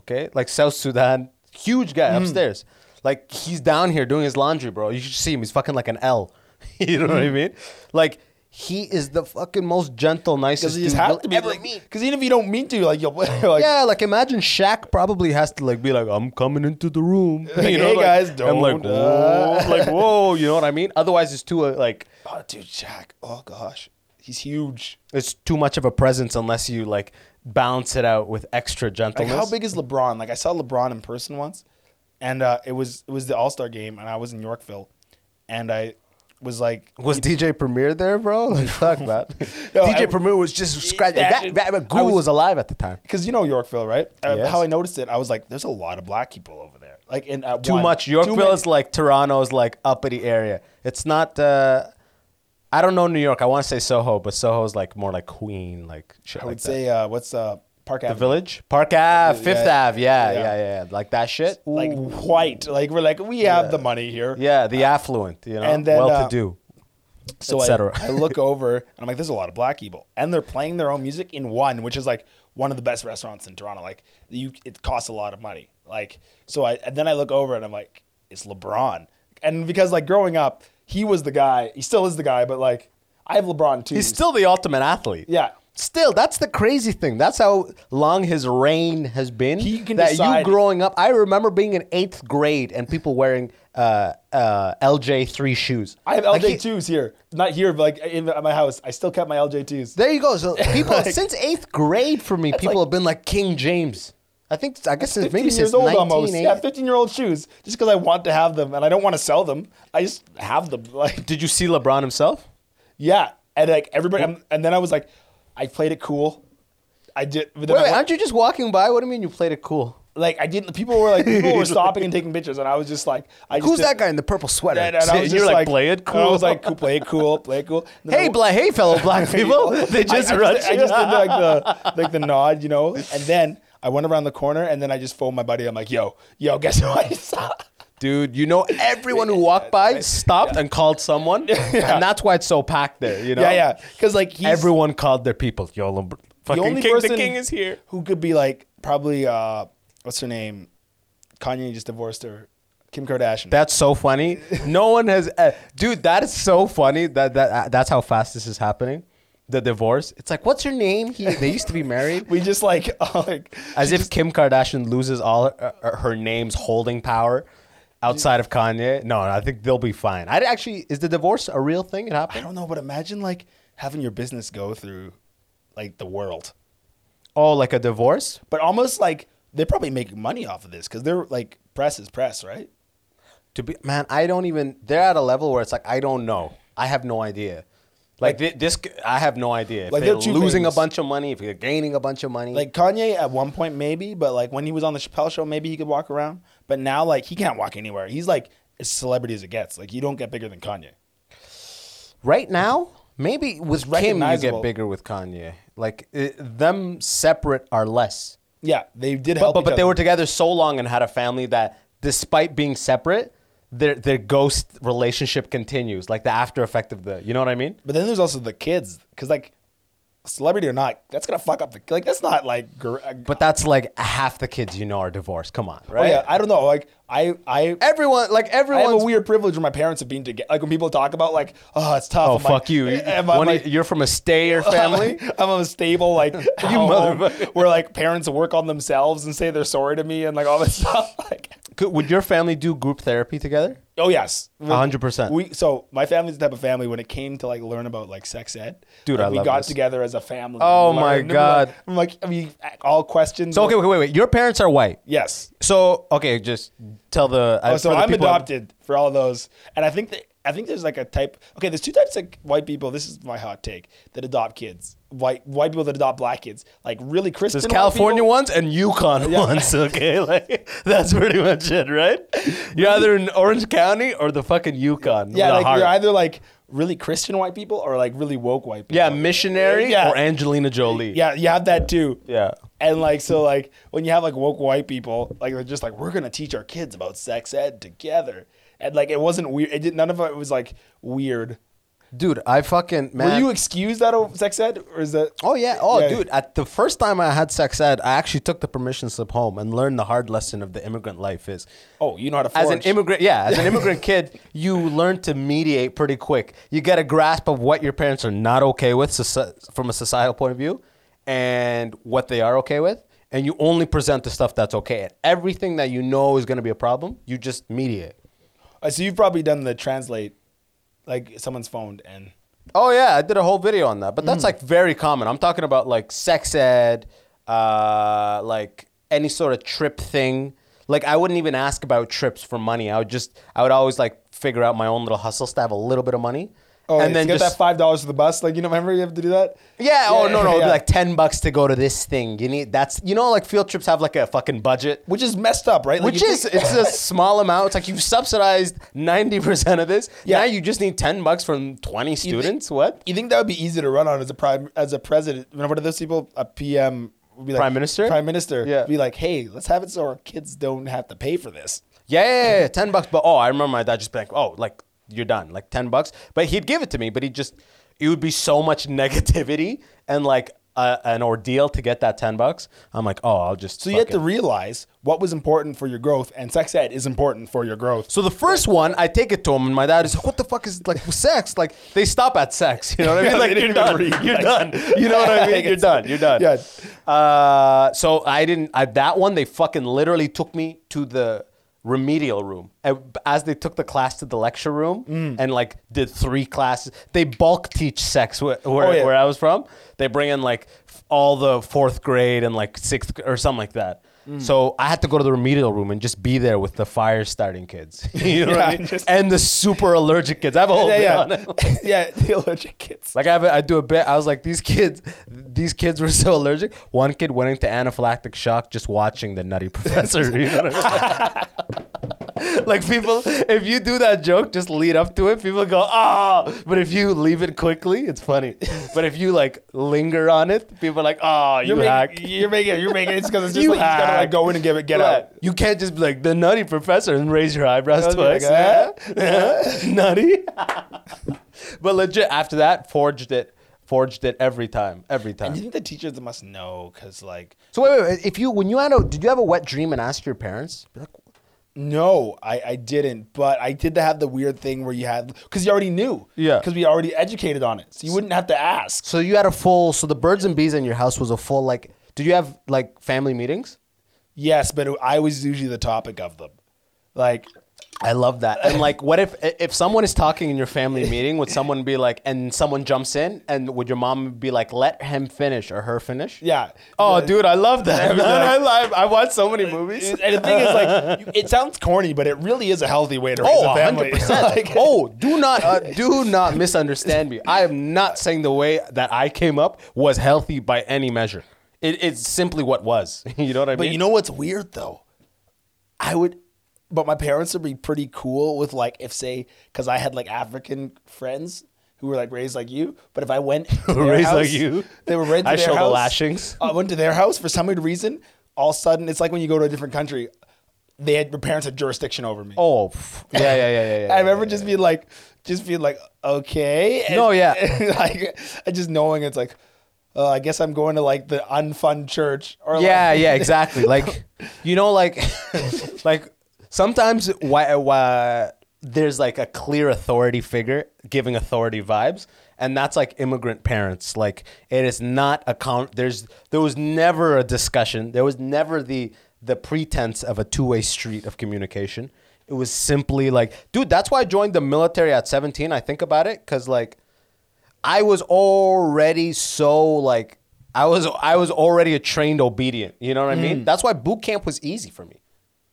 Speaker 3: Okay? Like South Sudan. Huge guy
Speaker 4: Mm-hmm.
Speaker 3: upstairs. Like he's down here doing his laundry, bro. You should see him. He's fucking like an L. you know what
Speaker 4: Mm-hmm.
Speaker 3: I mean? Like he is the fucking most gentle,
Speaker 4: because
Speaker 3: nicest
Speaker 4: you
Speaker 3: dude
Speaker 4: just
Speaker 3: you'll
Speaker 4: have to be
Speaker 3: ever
Speaker 4: like
Speaker 3: meet.
Speaker 4: because even if you don't mean to, like you'll like
Speaker 3: yeah, like imagine Shaq probably has to like be like, I'm coming into the room.
Speaker 4: Like, "Hey, guys,
Speaker 3: I'm like,
Speaker 4: don't, uh."
Speaker 3: whoa, like, whoa, you know what I mean? Otherwise, it's too uh, like
Speaker 4: oh dude, Jack, oh gosh, he's huge.
Speaker 3: it's too much of a presence unless you like balance it out with extra
Speaker 4: Like
Speaker 3: gentleness.
Speaker 4: how big is LeBron? Like I saw LeBron in person once, and uh, it was it was the All Star game, and I was in Yorkville, and I was like,
Speaker 3: was DJ Premier there, bro? Like, fuck that.
Speaker 4: No,
Speaker 3: DJ
Speaker 4: I-
Speaker 3: Premier was just scratching.
Speaker 4: Yeah,
Speaker 3: That, that,
Speaker 4: I
Speaker 3: Google was,
Speaker 4: was-
Speaker 3: alive at the time.
Speaker 4: because you know Yorkville, right? Uh,
Speaker 3: Yes.
Speaker 4: How I noticed it, I was like, there's a lot of black people over there. Like in at
Speaker 3: Too
Speaker 4: one-
Speaker 3: much. Yorkville
Speaker 4: many-
Speaker 3: is like Toronto's like uppity area. It's not. Uh, I don't know New York. I want to say Soho, but Soho's like more like Queen, like shit
Speaker 4: I
Speaker 3: like
Speaker 4: would
Speaker 3: that.
Speaker 4: say uh, what's uh, Park
Speaker 3: the
Speaker 4: Avenue?
Speaker 3: Village, Park Ave,
Speaker 4: Yeah,
Speaker 3: Fifth
Speaker 4: yeah,
Speaker 3: Ave. Yeah, yeah,
Speaker 4: yeah.
Speaker 3: yeah, yeah. Like that shit.
Speaker 4: like
Speaker 3: Ooh.
Speaker 4: white. Like we're like we have the money here.
Speaker 3: yeah, the affluent. You know,
Speaker 4: and then, uh,
Speaker 3: well-to-do.
Speaker 4: so
Speaker 3: et
Speaker 4: I-
Speaker 3: cetera.
Speaker 4: I, look over and I'm like, there's a lot of black people, and they're playing their own music in one, which is like one of the best restaurants in Toronto. Like you, it costs a lot of money. Like so, I and then I look over and I'm like, it's LeBron, and because like growing up, he was the guy. He still is the guy, but like I have LeBron too.
Speaker 3: He's still the ultimate athlete.
Speaker 4: yeah.
Speaker 3: Still, that's the crazy thing. That's how long his reign has been.
Speaker 4: He can
Speaker 3: that you
Speaker 4: decide-
Speaker 3: growing up, I remember being in eighth grade and people wearing uh, uh, LJ three shoes.
Speaker 4: I have
Speaker 3: Like, he-
Speaker 4: LJ twos here, not here, but like in at my house. I still kept my LJ twos.
Speaker 3: There you go. So people
Speaker 4: Like-
Speaker 3: since eighth grade for me, people
Speaker 4: like-
Speaker 3: have been like King James. I think I guess it's
Speaker 4: 15
Speaker 3: maybe
Speaker 4: years
Speaker 3: since
Speaker 4: old almost. Yeah,
Speaker 3: 1980.
Speaker 4: 15 year old shoes. Just because I want to have them and I don't want to sell them. I just have them. Like,
Speaker 3: Did you see LeBron himself?
Speaker 4: yeah. And like everybody, and, and then I was like, I played it cool. I did. but
Speaker 3: Wait,
Speaker 4: then I
Speaker 3: wait,
Speaker 4: wa-
Speaker 3: aren't you just walking by? What do you mean you played it cool?
Speaker 4: like I didn't. People were like, people were stopping and taking pictures, and I was just like, I just
Speaker 3: Who's
Speaker 4: didn't-
Speaker 3: that guy in the purple sweater?
Speaker 4: And, and I was
Speaker 3: You're
Speaker 4: just
Speaker 3: like,
Speaker 4: like,
Speaker 3: play it
Speaker 4: and I
Speaker 3: cool."
Speaker 4: was like, cool, play it cool, play it cool. And then
Speaker 3: hey,
Speaker 4: I-
Speaker 3: bla- hey, fellow black people, they just
Speaker 4: I, I
Speaker 3: rushed.
Speaker 4: just, I just did like the like the nod, you know. And then I went around the corner, and then I just phoned my buddy. I'm like, yo, yo, guess who I saw?
Speaker 3: Dude, you know everyone who walked by stopped and called someone, and that's why it's so packed there. You know,
Speaker 4: Yeah, yeah. Because like he's
Speaker 3: Everyone called their people. Yo, Lembr-
Speaker 4: the
Speaker 3: fucking
Speaker 4: only
Speaker 3: king,
Speaker 4: person
Speaker 3: the king is here.
Speaker 4: who could be like probably uh what's her name? Kanye just divorced her, Kim Kardashian.
Speaker 3: That's so funny. No one has, uh, dude. That is so funny. That that uh, that's how fast this is happening. The divorce. It's like, what's your name? He, they used to be married.
Speaker 4: we just like, like
Speaker 3: As if Kim Kardashian loses all her, uh, her name's holding power outside of Kanye. No, I think they'll be fine. I actually is the divorce a real thing? It
Speaker 4: I
Speaker 3: happened.
Speaker 4: don't know, but imagine like having your business go through like the world.
Speaker 3: Oh, like a divorce?
Speaker 4: But almost like they're probably making money off of this because they're like press is press, right?
Speaker 3: To be man, I don't even. They're at a level where it's like I don't know. I have no idea. Like, thi- this, c- I have no idea. If
Speaker 4: Like,
Speaker 3: they're,
Speaker 4: they're two
Speaker 3: losing a
Speaker 4: things.
Speaker 3: bunch of money, if they're gaining a bunch of money,
Speaker 4: Like Kanye at one point maybe, but like when he was on the Chappelle show, maybe he could walk around. But now like he can't walk anywhere. He's like as celebrity as it gets. Like you don't get bigger than Kanye.
Speaker 3: right now, maybe with Kim you
Speaker 4: recognizable.
Speaker 3: get bigger with Kanye. Like it, them separate are less.
Speaker 4: Yeah, they did
Speaker 3: But
Speaker 4: help.
Speaker 3: but,
Speaker 4: each
Speaker 3: but they
Speaker 4: other.
Speaker 3: were together so long and had a family that despite being separate, their their ghost relationship continues. Like the after effect of the, you know what I mean?
Speaker 4: But then there's also the kids because like celebrity or not, that's gonna fuck up the like that's not like. Gr- uh,
Speaker 3: But that's like half the kids you know are divorced. Come on,
Speaker 4: oh,
Speaker 3: right?
Speaker 4: yeah, I don't know. Like I I
Speaker 3: Everyone, like
Speaker 4: I have
Speaker 3: everyone's
Speaker 4: a weird privilege where my parents have been together. Like when people talk about like, oh, it's tough.
Speaker 3: Oh
Speaker 4: I'm
Speaker 3: fuck
Speaker 4: like,
Speaker 3: you!
Speaker 4: Am I,
Speaker 3: One
Speaker 4: my,
Speaker 3: of- you're from a stayer family.
Speaker 4: I'm a stable like you
Speaker 3: motherfucker.
Speaker 4: where like parents work on themselves and say they're sorry to me and like all this stuff. Like,
Speaker 3: Could, would your family do group therapy together?
Speaker 4: oh yes,
Speaker 3: A hundred percent.
Speaker 4: We so my family's the type of family when it came to like learn about like sex ed.
Speaker 3: Dude,
Speaker 4: like,
Speaker 3: I
Speaker 4: we
Speaker 3: love
Speaker 4: got
Speaker 3: this.
Speaker 4: together as a family.
Speaker 3: Oh,
Speaker 4: and
Speaker 3: my
Speaker 4: learned, and we're
Speaker 3: God.
Speaker 4: Like, I'm like, I mean, all questions.
Speaker 3: So okay,
Speaker 4: were-
Speaker 3: wait, wait, wait. Your parents are white.
Speaker 4: yes.
Speaker 3: So okay, just tell the. uh,
Speaker 4: Oh, so
Speaker 3: for the
Speaker 4: I'm
Speaker 3: people-
Speaker 4: adopted for all those, and I think that I think there's like a type. Okay, there's two types of white people. This is my hot take that adopt kids. White white people that adopt black kids, like really Christian.
Speaker 3: There's
Speaker 4: white
Speaker 3: California
Speaker 4: people.
Speaker 3: ones and Yukon ones, okay? Like that's pretty much it, right? You're either in Orange County or the fucking Yukon.
Speaker 4: Yeah,
Speaker 3: with a
Speaker 4: like
Speaker 3: heart.
Speaker 4: you're either like really Christian white people or like really woke white people.
Speaker 3: yeah, missionary
Speaker 4: Yeah.
Speaker 3: or Angelina Jolie.
Speaker 4: yeah, you have that too.
Speaker 3: Yeah.
Speaker 4: And like so, like when you have like woke white people, like they're just like we're gonna teach our kids about sex ed together, and like it wasn't weird. It did none of it was like weird.
Speaker 3: Dude, I fucking man.
Speaker 4: Were you excused out of sex ed, or is that?
Speaker 3: Oh yeah. Oh
Speaker 4: Yeah.
Speaker 3: dude, at the first time I had sex ed, I actually took the permission slip home and learned the hard lesson of the immigrant life is
Speaker 4: Oh, you know how to
Speaker 3: as an
Speaker 4: forge.
Speaker 3: immigrant yeah as an immigrant kid you learn to mediate pretty quick you get a grasp of what your parents are not okay with soci- from a societal point of view and what they are okay with and you only present the stuff that's okay and everything that you know is going to be a problem you just mediate
Speaker 4: Uh, so you've probably done the translate, like someone's phoned and
Speaker 3: oh yeah i did a whole video on that but that's like very common i'm talking about like sex ed uh, like any sort of trip thing like i wouldn't even ask about trips for money i would just i would always like figure out my own little hustles to have a little bit of money
Speaker 4: oh,
Speaker 3: and then
Speaker 4: get
Speaker 3: just
Speaker 4: that five dollars for the bus. Like you know, remember you have to do that.
Speaker 3: Yeah, Oh no, no. It'd
Speaker 4: yeah.
Speaker 3: be like ten bucks to go to this thing. You need that's you know like field trips have like a fucking budget.
Speaker 4: which is messed up, right? Like,
Speaker 3: Which
Speaker 4: you
Speaker 3: is
Speaker 4: think-
Speaker 3: it's a small amount. It's like you've subsidized ninety percent of this.
Speaker 4: Yeah.
Speaker 3: Now you just need ten bucks from twenty
Speaker 4: you think-
Speaker 3: students. what?
Speaker 4: You think that would be easy to run on as a prime as a president? You know, what are those people? A PM would be like
Speaker 3: Prime minister?
Speaker 4: Prime minister.
Speaker 3: Yeah.
Speaker 4: Be like, hey, let's have it so our kids don't have to pay for this.
Speaker 3: Yeah, yeah, yeah, ten bucks. But oh, I remember my dad just being like, oh, like you're done, like ten bucks. But he'd give it to me. But he just it would be so much negativity and like a, an ordeal to get that ten bucks. I'm like, oh, I'll just.
Speaker 4: So you have
Speaker 3: fucking-
Speaker 4: to realize what was important for your growth, and sex ed is important for your growth.
Speaker 3: So the first one, I take it to him, and my dad is like, "What the fuck is like sex?" Like they stop at sex, you know what I mean?
Speaker 4: Yeah, they
Speaker 3: Like
Speaker 4: didn't
Speaker 3: you're
Speaker 4: even
Speaker 3: done,
Speaker 4: read,
Speaker 3: you're
Speaker 4: like-
Speaker 3: done. You know what I mean? You're done. You're done.
Speaker 4: Yeah.
Speaker 3: Uh, so I didn't. I, that one, they fucking literally took me to the remedial room And as they took the class to the lecture room
Speaker 4: Mm.
Speaker 3: and like did three classes. They bulk teach sex where where,
Speaker 4: Oh, yeah.
Speaker 3: where I was from. They bring in like f- all the fourth grade and like sixth gr- or something like that.
Speaker 4: Mm.
Speaker 3: So I had to go to the remedial room and just be there with the fire starting kids. you know what
Speaker 4: Yeah,
Speaker 3: I mean?
Speaker 4: just-
Speaker 3: and the super allergic kids. I have a whole bit on
Speaker 4: yeah,
Speaker 3: it.
Speaker 4: yeah, yeah. The allergic kids.
Speaker 3: Like I, have, a- I do a bit. I was like, these kids, these kids were so allergic. One kid went into anaphylactic shock just watching the Nutty Professor. You know what I mean? like people, if you do that joke, just lead up to it. People go, ah. But if you leave it quickly, it's funny. But if you like linger on it, people are like, ah, you
Speaker 4: You're
Speaker 3: hack.
Speaker 4: making, you're making, you're making. It's because it's just
Speaker 3: You
Speaker 4: like you just gotta
Speaker 3: hack.
Speaker 4: like go in and give it, get
Speaker 3: Right.
Speaker 4: out.
Speaker 3: You can't just be like the Nutty Professor and raise your eyebrows
Speaker 4: I'll be
Speaker 3: twice.
Speaker 4: like, "Huh?
Speaker 3: Yeah. nutty. but legit, after that, forged it. Forged it every time. Every
Speaker 4: And you
Speaker 3: time.
Speaker 4: think the teachers must know? Cause like,
Speaker 3: So wait, wait, wait. If you when you had a did you have a wet dream and ask your parents? Be like,
Speaker 4: no, I, I didn't. But I did have the weird thing where you had because you already knew.
Speaker 3: Yeah.
Speaker 4: Because we already educated on it, so you wouldn't have to ask.
Speaker 3: so you had a full so the birds and bees in your house was a full like did you have like family meetings?
Speaker 4: Yes, but it- I was usually the topic of them. Like,
Speaker 3: I love that. And like, what if if someone is talking in your family meeting, would someone be like, and someone jumps in, and would your mom be like, let him finish or her finish?
Speaker 4: Yeah.
Speaker 3: Oh, dude, I love that.
Speaker 4: was
Speaker 3: I, love- I watch so many movies.
Speaker 4: and the thing is, like, you- it sounds corny, but it really is a healthy way to raise
Speaker 3: Oh,
Speaker 4: a family.
Speaker 3: 100%.
Speaker 4: Like,
Speaker 3: oh, do not uh, do not misunderstand me. I am not saying the way that I came up was healthy by any measure. It, it's simply what was. You know what I
Speaker 4: But
Speaker 3: mean?
Speaker 4: you know what's weird though? I would, but my parents would be pretty cool with like if say because I had like African friends who were like raised like you. But if I went to their
Speaker 3: Raised like
Speaker 4: house-
Speaker 3: you?
Speaker 4: they were raised. to
Speaker 3: I
Speaker 4: their
Speaker 3: show the
Speaker 4: house,
Speaker 3: lashings.
Speaker 4: I went to their house for some weird reason. All of a sudden, it's like when you go to a different country. They had my parents had jurisdiction over me.
Speaker 3: oh, pff. yeah, yeah, yeah, yeah. yeah,
Speaker 4: I remember
Speaker 3: yeah,
Speaker 4: just being like, just being like, okay. And-
Speaker 3: No, yeah.
Speaker 4: and, like, and just knowing it's like, uh, I guess I'm going to like the unfun church. Or
Speaker 3: yeah,
Speaker 4: like,
Speaker 3: yeah, exactly. Like, you know, like, like sometimes why, why there's like a clear authority figure giving authority vibes, and that's like immigrant parents. Like, it is not a con. There's there was never a discussion. There was never the the pretense of a two way street of communication. It was simply like, dude, that's why I joined the military at 17. I think about it because like. I was already so like I was I was already a trained obedient. You know what I
Speaker 4: Mm.
Speaker 3: mean? That's why boot camp was easy for me.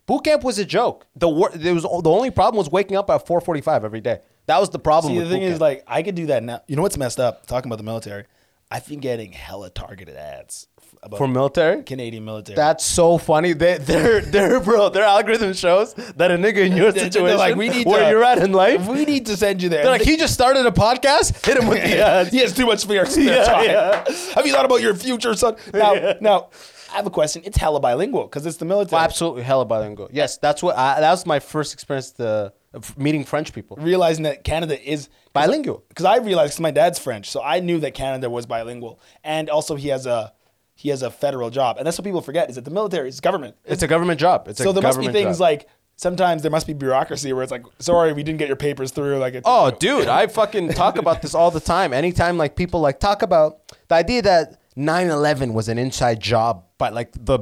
Speaker 3: Boot camp was a joke. The wor- there was the only problem was waking up at 4:45 every day. That was the problem.
Speaker 4: See, the
Speaker 3: with
Speaker 4: thing
Speaker 3: boot
Speaker 4: is,
Speaker 3: camp.
Speaker 4: like, I could do that now. You know what's messed up? Talking about the military, I've been getting hella targeted ads f- about
Speaker 3: for military.
Speaker 4: Canadian military.
Speaker 3: That's so funny. They, they're, they're, bro, their algorithm shows that a nigga in your
Speaker 4: They're- they're
Speaker 3: situation,
Speaker 4: like, we need
Speaker 3: where
Speaker 4: to-
Speaker 3: you're at in life,
Speaker 4: we need to send you there.
Speaker 3: they're like, he just started a podcast. Hit him with the ads.
Speaker 4: he has too much for your spare
Speaker 3: Yeah,
Speaker 4: time.
Speaker 3: yeah.
Speaker 4: Have you thought about your future, son? Now,
Speaker 3: Yeah.
Speaker 4: now, I have a question. It's hella bilingual because it's the military.
Speaker 3: Well, absolutely, hella bilingual. Yes, that's what I, that was my first experience to of meeting French people.
Speaker 4: Realizing that Canada is
Speaker 3: Bilingual.
Speaker 4: because I realized 'cause my dad's French, so I knew that Canada was bilingual, and also he has a he has a federal job, and that's what people forget is that the military is government.
Speaker 3: It's a government job. It's
Speaker 4: so
Speaker 3: a
Speaker 4: there must be
Speaker 3: government
Speaker 4: things
Speaker 3: job.
Speaker 4: like sometimes there must be bureaucracy where it's like, sorry, we didn't get your papers through. Like, it-
Speaker 3: Oh, dude, I fucking talk about this all the time. Anytime like people like talk about the idea that 9/11 was an inside job by like the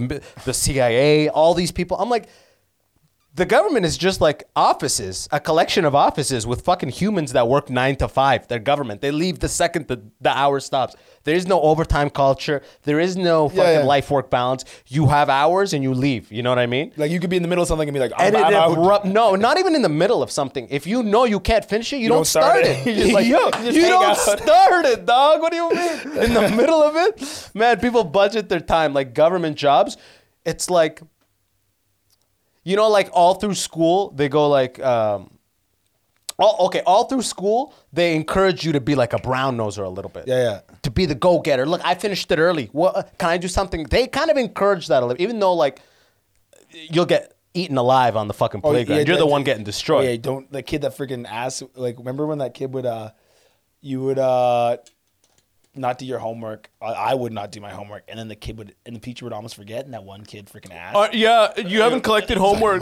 Speaker 3: the CIA, all these people. I'm like the government is just like offices, a collection of offices with fucking humans that work 9 to 5. They're government. They leave the second the, the hour stops. There is no overtime culture. There is no fucking
Speaker 4: yeah.
Speaker 3: life work balance. You have hours and you leave. You know what I mean?
Speaker 4: like you could be in the middle of something and be like, I'm,
Speaker 3: and it
Speaker 4: I'm out.
Speaker 3: abrupt. No, not even in the middle of something. If you know you can't finish it, you, don't, start, it.
Speaker 4: You just like-
Speaker 3: Yo,
Speaker 4: you just
Speaker 3: you
Speaker 4: hang
Speaker 3: don't
Speaker 4: out.
Speaker 3: start it, dog. What do you mean? In the middle of it, man. People budget their time like government jobs. It's like, you know, like all through school they go like. Um, all, okay, all through school, they encourage you to be like a brown noser a little bit.
Speaker 4: Yeah, yeah.
Speaker 3: To be the go getter. Look, I finished it early. What can I do something? They kind of encourage that a little, even though like you'll get eaten alive on the fucking
Speaker 4: Oh, yeah,
Speaker 3: playground. You're the
Speaker 4: that-
Speaker 3: one getting destroyed.
Speaker 4: Yeah, don't the kid that freaking ass. Like, remember when that kid would, uh, you would, uh, not do your homework. I, I would not do my homework, and then the kid would, and the teacher would almost forget, and that one kid freaking ass.
Speaker 3: Uh, yeah, you haven't collected homework.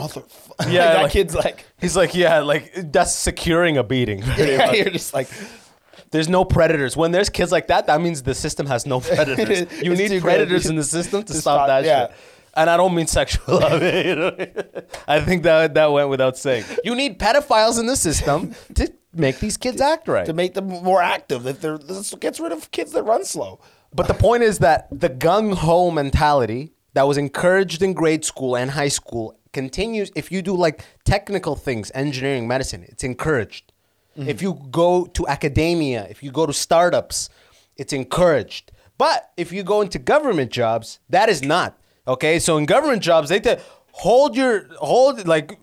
Speaker 3: yeah,
Speaker 4: yeah, that
Speaker 3: like-
Speaker 4: kid's like,
Speaker 3: He's like, yeah, like that's securing a beating. pretty much.
Speaker 4: you're just like,
Speaker 3: There's no predators. When there's kids like that, that means the system has no predators. You
Speaker 4: It's too
Speaker 3: need
Speaker 4: good.
Speaker 3: predators in the system to,
Speaker 4: To
Speaker 3: stop,
Speaker 4: stop-
Speaker 3: that
Speaker 4: yeah.
Speaker 3: shit. And I don't mean sexual. I, mean, you know, I think that that went without saying. You need pedophiles in the system to make these kids act right.
Speaker 4: to make them more active. That they're this gets rid of kids that run slow.
Speaker 3: But the point is that the gung ho mentality that was encouraged in grade school and high school continues if you do like technical things, engineering, medicine, it's encouraged. If you go to academia, if you go to startups, it's encouraged. But if you go into government jobs, that is not. Okay? So in government jobs, they tell hold your hold like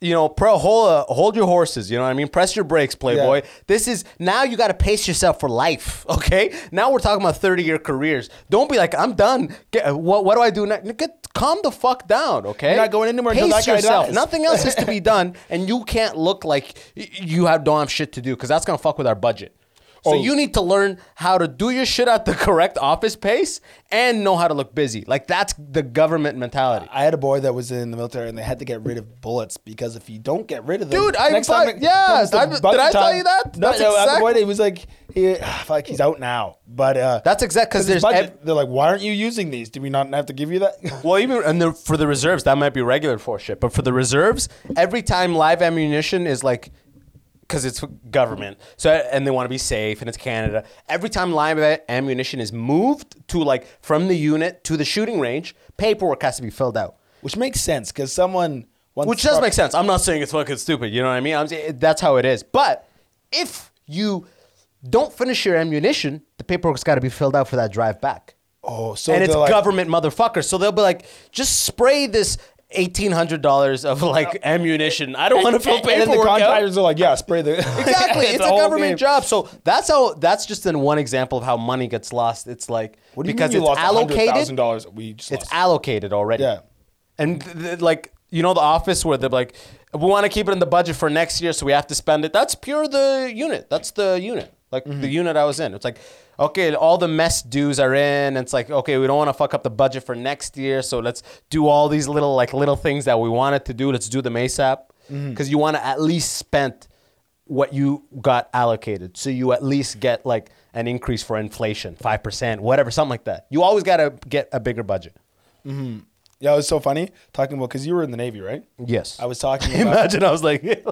Speaker 3: you know, pro hold, uh, hold your horses. You know what I mean? Press your brakes, Playboy. This is now you got to pace yourself for life. Okay. Now we're talking about thirty year careers. Don't be like I'm done. Get, uh, what what do I do now? Get, calm the fuck down. Okay.
Speaker 4: You're not going anywhere until
Speaker 3: Pace
Speaker 4: that guy
Speaker 3: yourself.
Speaker 4: dies.
Speaker 3: Nothing else is to be done, and you can't look like y- you have don't have shit to do because that's gonna fuck with our budget. So
Speaker 4: Oh.
Speaker 3: you need to learn how to do your shit at the correct office pace and know how to look busy. Like that's the government mentality.
Speaker 4: I had a boy that was in the military, and they had to get rid of bullets because if you don't get rid of them,
Speaker 3: Dude, I fuck-
Speaker 4: it
Speaker 3: yeah,
Speaker 4: comes to
Speaker 3: I- did
Speaker 4: budget
Speaker 3: I tell you that?
Speaker 4: No,
Speaker 3: That's
Speaker 4: no, I had a boy.
Speaker 3: exact-
Speaker 4: that He was like, he, ah, fuck, he's out now. But uh,
Speaker 3: That's exact- 'cause there's
Speaker 4: his budget.
Speaker 3: ev-
Speaker 4: they're like, why aren't you using these? Do we not have to give you that?
Speaker 3: Well, even and the, for the reserves, that might be regular for shit. But for the reserves, every time live ammunition is like, because it's government, so and they want to be safe, and it's Canada. Every time live a- ammunition is moved to like from the unit to the shooting range, paperwork has to be filled out,
Speaker 4: Which makes sense because someone once
Speaker 3: which does
Speaker 4: struck-
Speaker 3: make sense. I'm not saying it's fucking stupid. You know what I mean? I'm saying that's how it is. But if you don't finish your ammunition, the paperwork's got to be filled out for that drive back
Speaker 4: Oh, so
Speaker 3: and it's
Speaker 4: they're like,
Speaker 3: government motherfuckers. So they'll be like, just spray this eighteen hundred dollars of like ammunition. I don't want to fill
Speaker 4: And then the
Speaker 3: paperwork out.
Speaker 4: contractors are like, yeah, spray the
Speaker 3: Exactly, it's,
Speaker 4: the
Speaker 3: a
Speaker 4: whole
Speaker 3: government
Speaker 4: game.
Speaker 3: job. So that's how. That's just in one example of how money gets lost. It's like
Speaker 4: What do you
Speaker 3: because
Speaker 4: mean you
Speaker 3: it's
Speaker 4: lost
Speaker 3: allocated.
Speaker 4: $100,000? We just
Speaker 3: It's
Speaker 4: lost-
Speaker 3: allocated already.
Speaker 4: Yeah.
Speaker 3: and th- th- like you know the office where they're like, we want to keep it in the budget for next year, so we have to spend it. That's pure the unit. That's the unit. Like
Speaker 4: Mm-hmm.
Speaker 3: the unit I was in. It's like, okay, all the mess dues are in. It's like, okay, we don't want to fuck up the budget for next year, so let's do all these little like little things that we wanted to do. Let's do them ASAP
Speaker 4: Mm-hmm.
Speaker 3: because you want to at least spend what you got allocated. So you at least get like an increase for inflation, 5%, whatever, something like that. You always got to get a bigger budget.
Speaker 4: Yeah, it was so funny talking about because you were in the Navy, right?
Speaker 3: Yes.
Speaker 4: I was talking about
Speaker 3: Imagine I was like,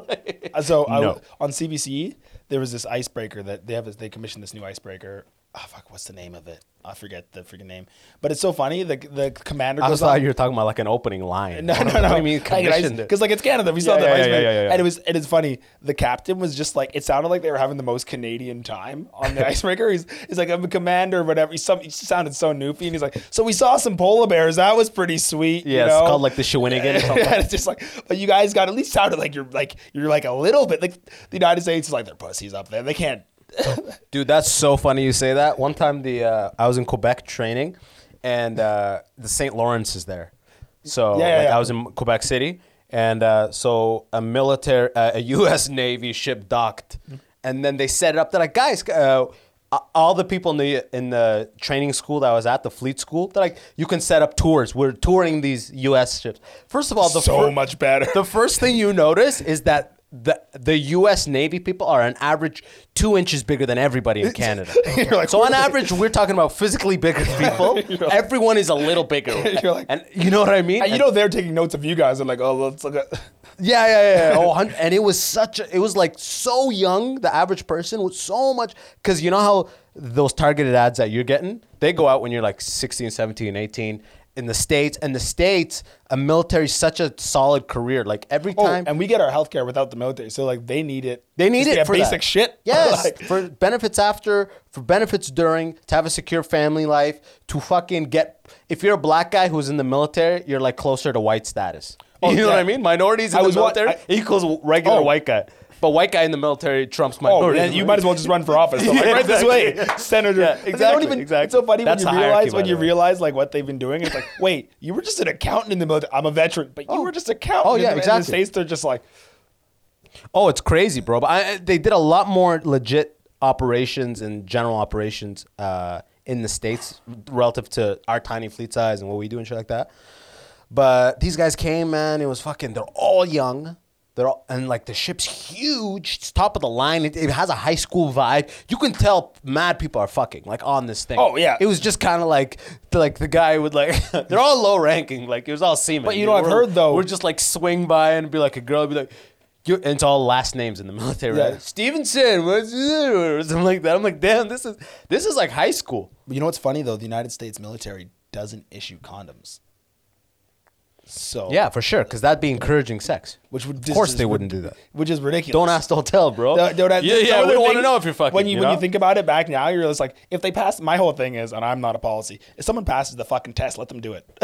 Speaker 4: so I
Speaker 3: No.
Speaker 4: w- on CBC there was this icebreaker that they have. This, they commissioned this new icebreaker. Oh, fuck, what's the name of it? I forget the freaking name. But it's so funny. The the commander
Speaker 3: I
Speaker 4: goes
Speaker 3: was thought
Speaker 4: on-
Speaker 3: you were talking about like an opening line.
Speaker 4: No,
Speaker 3: What
Speaker 4: no,
Speaker 3: do
Speaker 4: no.
Speaker 3: you mean commissioned it?
Speaker 4: Because like it's Canada, we saw
Speaker 3: Yeah,
Speaker 4: that.
Speaker 3: yeah,
Speaker 4: vice
Speaker 3: yeah,
Speaker 4: versa.
Speaker 3: yeah, yeah, yeah.
Speaker 4: And it was and it's funny. The captain was just like it sounded like they were having the most Canadian time on the icebreaker. He's, he's like I'm a commander, or whatever. He's some, he sounded so noofy, and he's like, so we saw some polar bears. That was pretty sweet.
Speaker 3: yeah,
Speaker 4: you know?
Speaker 3: it's called like the Shawinigan. or something.
Speaker 4: and it's just like, but you guys got at least sounded like you're like you're like a little bit like the United States is like their pussies up there. They can't.
Speaker 3: Dude, that's so funny you say that. One time the uh, I was in Quebec training, and uh, the St. Lawrence is there. So
Speaker 4: Yeah, yeah,
Speaker 3: like,
Speaker 4: yeah.
Speaker 3: I was in Quebec City, and uh, so a military, uh, a U.S. Navy ship docked, and then they set it up. They're like, guys, uh, all the people in the in the training school that I was at, the fleet school, they're like, you can set up tours. We're touring these U.S. ships. First of all, the
Speaker 4: So
Speaker 3: fir-
Speaker 4: much better.
Speaker 3: The first thing you notice is that the the U.S. Navy people are on average two inches bigger than everybody in Canada.
Speaker 4: You're like,
Speaker 3: so on
Speaker 4: "Really?"
Speaker 3: average, we're talking about physically bigger people. Everyone is a little bigger.
Speaker 4: You're like-
Speaker 3: and you know what I mean?
Speaker 4: And you know they're taking notes of you guys. They're like, oh, let's look at.
Speaker 3: yeah, yeah, yeah. Oh, hun- and it was such. A, it was like so young. The average person was so much because you know how those targeted ads that you're getting, they go out when you're like 16, 17, 18 in the states. And the states, a military, is such a solid career. Like every
Speaker 4: Oh,
Speaker 3: time,
Speaker 4: and we get our healthcare without the military, so like they need it.
Speaker 3: They need
Speaker 4: just to
Speaker 3: it
Speaker 4: get
Speaker 3: for
Speaker 4: basic
Speaker 3: that.
Speaker 4: shit.
Speaker 3: Yes,
Speaker 4: Like,
Speaker 3: for benefits after, for benefits during, to have a secure family life, to fucking get. If you're a black guy who's in the military, you're like closer to white status.
Speaker 4: Oh,
Speaker 3: you know
Speaker 4: yeah.
Speaker 3: what I mean? Minorities in
Speaker 4: I
Speaker 3: the
Speaker 4: was wa-
Speaker 3: military
Speaker 4: I-
Speaker 3: equals regular
Speaker 4: Oh.
Speaker 3: white guy, but white guy in the military trumps
Speaker 4: oh,
Speaker 3: minority.
Speaker 4: then you might as well just run for office. So, like,
Speaker 3: Yeah,
Speaker 4: right this way,
Speaker 3: exactly.
Speaker 4: senator.
Speaker 3: Yeah,
Speaker 4: And they don't
Speaker 3: exactly,
Speaker 4: even-
Speaker 3: exactly.
Speaker 4: It's so funny
Speaker 3: That's
Speaker 4: when
Speaker 3: the
Speaker 4: you
Speaker 3: hierarchy,
Speaker 4: realize
Speaker 3: by
Speaker 4: when
Speaker 3: the
Speaker 4: you
Speaker 3: way.
Speaker 4: realize like what they've been doing. It's like, wait, you were just an accountant in the military. I'm a veteran, but you were just an accountant.
Speaker 3: Oh, yeah,
Speaker 4: in the, In
Speaker 3: exactly.
Speaker 4: the states, they're just like,
Speaker 3: Oh, it's crazy, bro. But I, I- they did a lot more legit operations and general operations uh, in the states relative to our tiny fleet size and what we do and shit like that. But these guys came, man. It was fucking. They're all young. They're all, and like the ship's huge. It's top of the line. It, it has a high school vibe. You can tell mad people are fucking like on this thing.
Speaker 4: Oh, yeah.
Speaker 3: It was just kind of like like the guy would like. they're all low ranking. Like it was all seamen.
Speaker 4: But you know, I've
Speaker 3: We're-
Speaker 4: heard, though-
Speaker 3: We're just like swing by and be like a girl, be like, You, and it's all last names in the military.
Speaker 4: Yeah.
Speaker 3: Right? Stevenson, what's- or something like that. I'm like, damn, this is this is like high school.
Speaker 4: But you know what's funny though? The United States military doesn't issue condoms. So
Speaker 3: Yeah, for sure, because that'd be encouraging sex.
Speaker 4: which would
Speaker 3: of course they wouldn't do that.
Speaker 4: Which is ridiculous.
Speaker 3: Don't ask, don't tell, bro.
Speaker 4: Don't- don't ask-
Speaker 3: yeah,
Speaker 4: that's
Speaker 3: yeah.
Speaker 4: one of
Speaker 3: We
Speaker 4: the
Speaker 3: don't want to
Speaker 4: things-
Speaker 3: know if you're fucking.
Speaker 4: When you, when
Speaker 3: know?
Speaker 4: you think about it back now, you're just like, if they pass, my whole thing is, and I'm not a policy. If someone passes the fucking test, let them do it.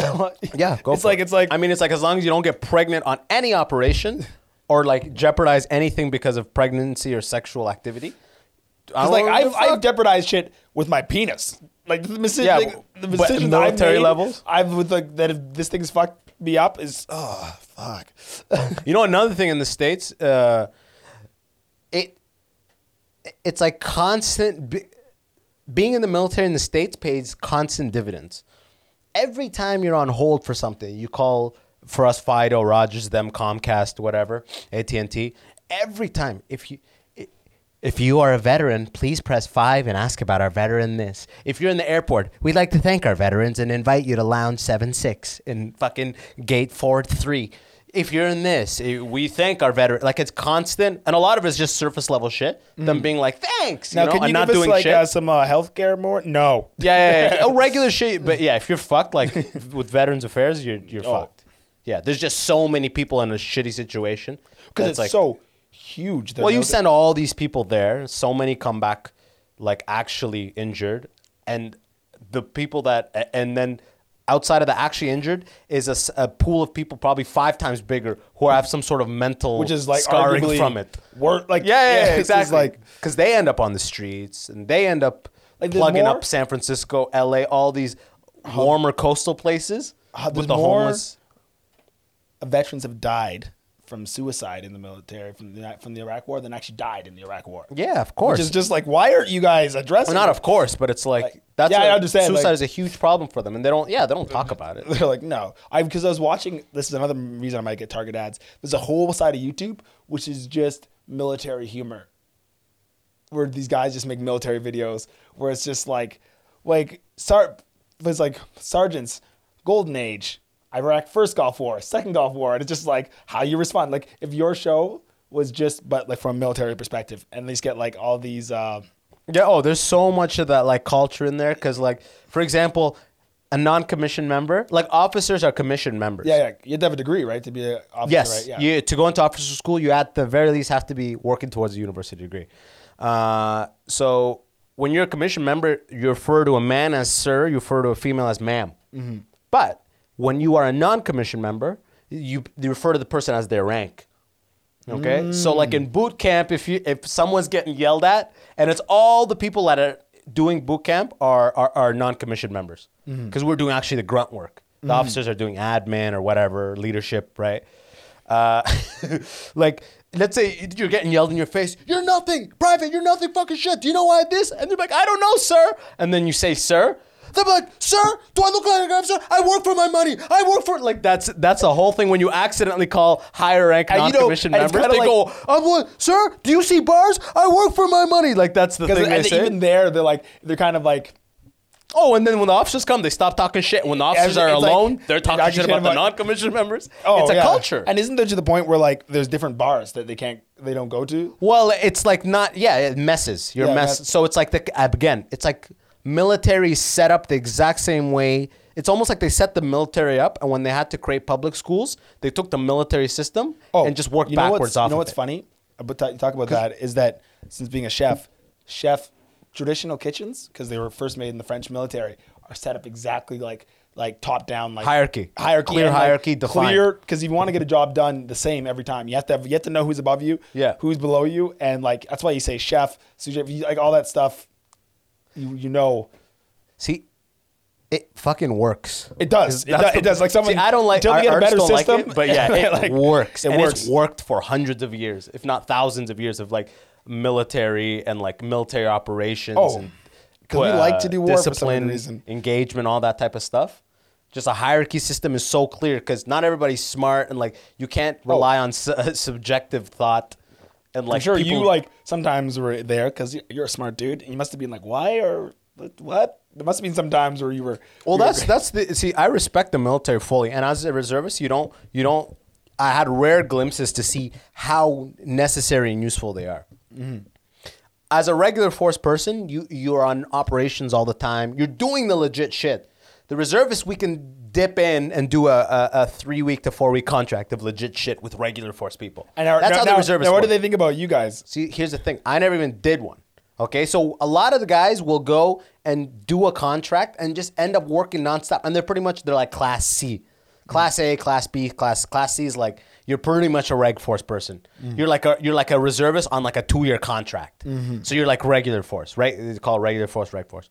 Speaker 3: yeah, go
Speaker 4: It's
Speaker 3: for
Speaker 4: like
Speaker 3: it.
Speaker 4: it's like
Speaker 3: I mean, it's like as long as you don't get pregnant on any operation, or like jeopardize anything because of pregnancy or sexual activity. I
Speaker 4: It's
Speaker 3: don't
Speaker 4: like
Speaker 3: give a
Speaker 4: I've,
Speaker 3: fuck.
Speaker 4: I've jeopardized shit with my penis. Like the decision,
Speaker 3: Yeah,
Speaker 4: like, the
Speaker 3: but
Speaker 4: decisions
Speaker 3: military
Speaker 4: I've made,
Speaker 3: levels?
Speaker 4: I've with like that. If this thing's fucked me up, is oh fuck.
Speaker 3: You know, another thing in the states, uh, it it's like constant. Be, being in the military in the states pays constant dividends. Every time you're on hold for something, you call for us Fido, Rogers, them, Comcast, whatever, AT and T. Every time, if you if you are a veteran, please press five and ask about our veteran this. If you're in the airport, we'd like to thank our veterans and invite you to lounge seven six in fucking gate four three. If you're in this, eh, we thank our veteran. Like it's constant, and a lot of it's just surface level shit. Them being like, thanks, you
Speaker 4: Mm. Now,
Speaker 3: know,
Speaker 4: can
Speaker 3: and
Speaker 4: you
Speaker 3: not
Speaker 4: give
Speaker 3: doing
Speaker 4: us like
Speaker 3: shit.
Speaker 4: uh, some uh, healthcare more? No.
Speaker 3: Yeah, yeah, yeah, yeah. Oh, regular shit. But yeah, if you're fucked, like with Veterans Affairs, you're you're
Speaker 4: Oh.
Speaker 3: fucked. Yeah, there's just so many people in a shitty situation
Speaker 4: because
Speaker 3: that's
Speaker 4: it's
Speaker 3: like-
Speaker 4: so huge. their
Speaker 3: Well, you
Speaker 4: military-
Speaker 3: send all these people there. So many come back, like actually injured, and the people that a- and then outside of the actually injured is a s- a, pool of people probably five times bigger who have some sort of mental
Speaker 4: which is like
Speaker 3: scarring
Speaker 4: arguably
Speaker 3: from it.
Speaker 4: Wor- like
Speaker 3: Yeah, yeah, yeah
Speaker 4: it's just
Speaker 3: exactly.
Speaker 4: Like
Speaker 3: because they end up on the streets and they end up
Speaker 4: Like, there's
Speaker 3: plugging
Speaker 4: more-
Speaker 3: up San Francisco, L.A., all these warmer coastal places
Speaker 4: Uh, there's
Speaker 3: with the
Speaker 4: more-
Speaker 3: homeless.
Speaker 4: veterans have died from suicide in the military from the from the Iraq War than actually died in the Iraq War.
Speaker 3: Yeah, of
Speaker 4: Which
Speaker 3: course.
Speaker 4: is just like, why aren't you guys addressing?
Speaker 3: Well, not
Speaker 4: it?
Speaker 3: of course, but it's like,
Speaker 4: Like,
Speaker 3: that's
Speaker 4: yeah, I
Speaker 3: what-
Speaker 4: understand,
Speaker 3: Suicide
Speaker 4: like-
Speaker 3: is a huge problem for them, and they don't. Yeah, they don't talk about it.
Speaker 4: they're like, no. I because I was watching. This is another reason I might get target ads. There's a whole side of YouTube which is just military humor, where these guys just make military videos where it's just like, like sar, it's like sergeants, golden age, Iraq first Gulf War, second Gulf War, and it's just like how you respond. Like if your show was just but like from a military perspective, and they just get like all these. Uh,
Speaker 3: Yeah. Oh, there's so much of that like culture in there because, like, for example, a non-commissioned member, like officers are commissioned members.
Speaker 4: yeah, yeah, you have to have a degree, right, to be an officer,
Speaker 3: Yes.
Speaker 4: right? Yeah.
Speaker 3: You, to go into officer school, you at the very least have to be working towards a university degree. Uh, so when you're a commission member, you refer to a man as sir, you refer to a female as madam But when you are a non-commissioned member, you, you refer to the person as their rank. Okay, so like
Speaker 4: Mm.
Speaker 3: in boot camp, if you if someone's getting yelled at, and it's all the people that are doing boot camp are are, are non-commissioned members because
Speaker 4: Mm.
Speaker 3: we're doing actually the grunt work. The officers are doing admin or whatever leadership, right? Uh, like let's say you're getting yelled in your face, you're nothing, private, you're nothing, fucking shit. Do you know why I did this? And they're like, I don't know, sir. And then you say, sir. They're like, sir, do I look like an officer? I work for my money. I work for like that's that's the whole thing when you accidentally call higher rank
Speaker 4: And you know,
Speaker 3: non-commissioned
Speaker 4: and it's
Speaker 3: members.
Speaker 4: kinda
Speaker 3: They
Speaker 4: like-
Speaker 3: go, I'm like, sir, do you see bars? I work for my money. Like that's the
Speaker 4: Because
Speaker 3: thing they
Speaker 4: and
Speaker 3: say.
Speaker 4: even there, they're like they're kind of like
Speaker 3: oh, and then when the officers come, they stop talking shit. When the officers
Speaker 4: Everything-
Speaker 3: are
Speaker 4: it's like-
Speaker 3: alone, they're talking shit about, the
Speaker 4: about-
Speaker 3: non-commissioned members.
Speaker 4: oh,
Speaker 3: it's a
Speaker 4: yeah.
Speaker 3: culture.
Speaker 4: And isn't there to the point where like there's different bars that they can't they don't go to?
Speaker 3: well, it's like not yeah, it messes. You're
Speaker 4: Yeah,
Speaker 3: mess.
Speaker 4: mess-
Speaker 3: So it's like the again, it's like military set up the exact same way. It's almost like they set the military up, and when they had to create public schools, they took the military system and just worked
Speaker 4: Oh, you know
Speaker 3: backwards
Speaker 4: what's,
Speaker 3: off.
Speaker 4: You know
Speaker 3: of
Speaker 4: what's
Speaker 3: it.
Speaker 4: funny? Uh, But t- talk about that is that since being a chef, chef traditional kitchens because they were first made in the French military are set up exactly like like top down like
Speaker 3: Hierarchy.
Speaker 4: hierarchy
Speaker 3: Clear
Speaker 4: and, like,
Speaker 3: hierarchy defined.
Speaker 4: clear because you want to get a job done the same every time you have to have, you have to know who's above you
Speaker 3: Yeah.
Speaker 4: who's below you and like that's why you say chef sous chef, you- like all that stuff you you know
Speaker 3: See, it fucking works.
Speaker 4: It does. It,
Speaker 3: That's
Speaker 4: does.
Speaker 3: the-
Speaker 4: it does. Like someone.
Speaker 3: See, I don't like.
Speaker 4: Until
Speaker 3: I,
Speaker 4: we get a better
Speaker 3: don't
Speaker 4: system,
Speaker 3: like it, but yeah, it
Speaker 4: like,
Speaker 3: works.
Speaker 4: It
Speaker 3: and
Speaker 4: works.
Speaker 3: It's worked for hundreds of years, if not thousands of years, of like military and like military operations.
Speaker 4: Oh,
Speaker 3: and, uh,
Speaker 4: 'cause we like to do war for some reason.
Speaker 3: engagement, all that type of stuff. Just a hierarchy system is so clear because not everybody's smart, and like you can't rely on su- subjective thought. And like
Speaker 4: Oh. I'm sure
Speaker 3: people,
Speaker 4: you like sometimes were there because you're a smart dude. And you must have been like, why or what? There must have been some times where you were.
Speaker 3: Well,
Speaker 4: you were-
Speaker 3: that's that's the see. I respect the military fully, and as a reservist, you don't you don't I had rare glimpses to see how necessary and useful they are.
Speaker 4: Mm-hmm.
Speaker 3: As a regular force person, you you're on operations all the time. You're doing the legit shit. The reservists, we can dip in and do a, a, a three week to four week contract of legit shit with regular force people.
Speaker 4: And our,
Speaker 3: that's
Speaker 4: now,
Speaker 3: how the
Speaker 4: now-
Speaker 3: reservists.
Speaker 4: now what do
Speaker 3: work.
Speaker 4: they think about you guys?
Speaker 3: See, here's the thing. I never even did one. Okay, so a lot of the guys will go and do a contract and just end up working nonstop, and they're pretty much they're like class C, class A, class B, class class C is like you're pretty much a reg force person. You're like a you're like a reservist on like a two year contract, so you're like regular force, right? They call it regular force reg force.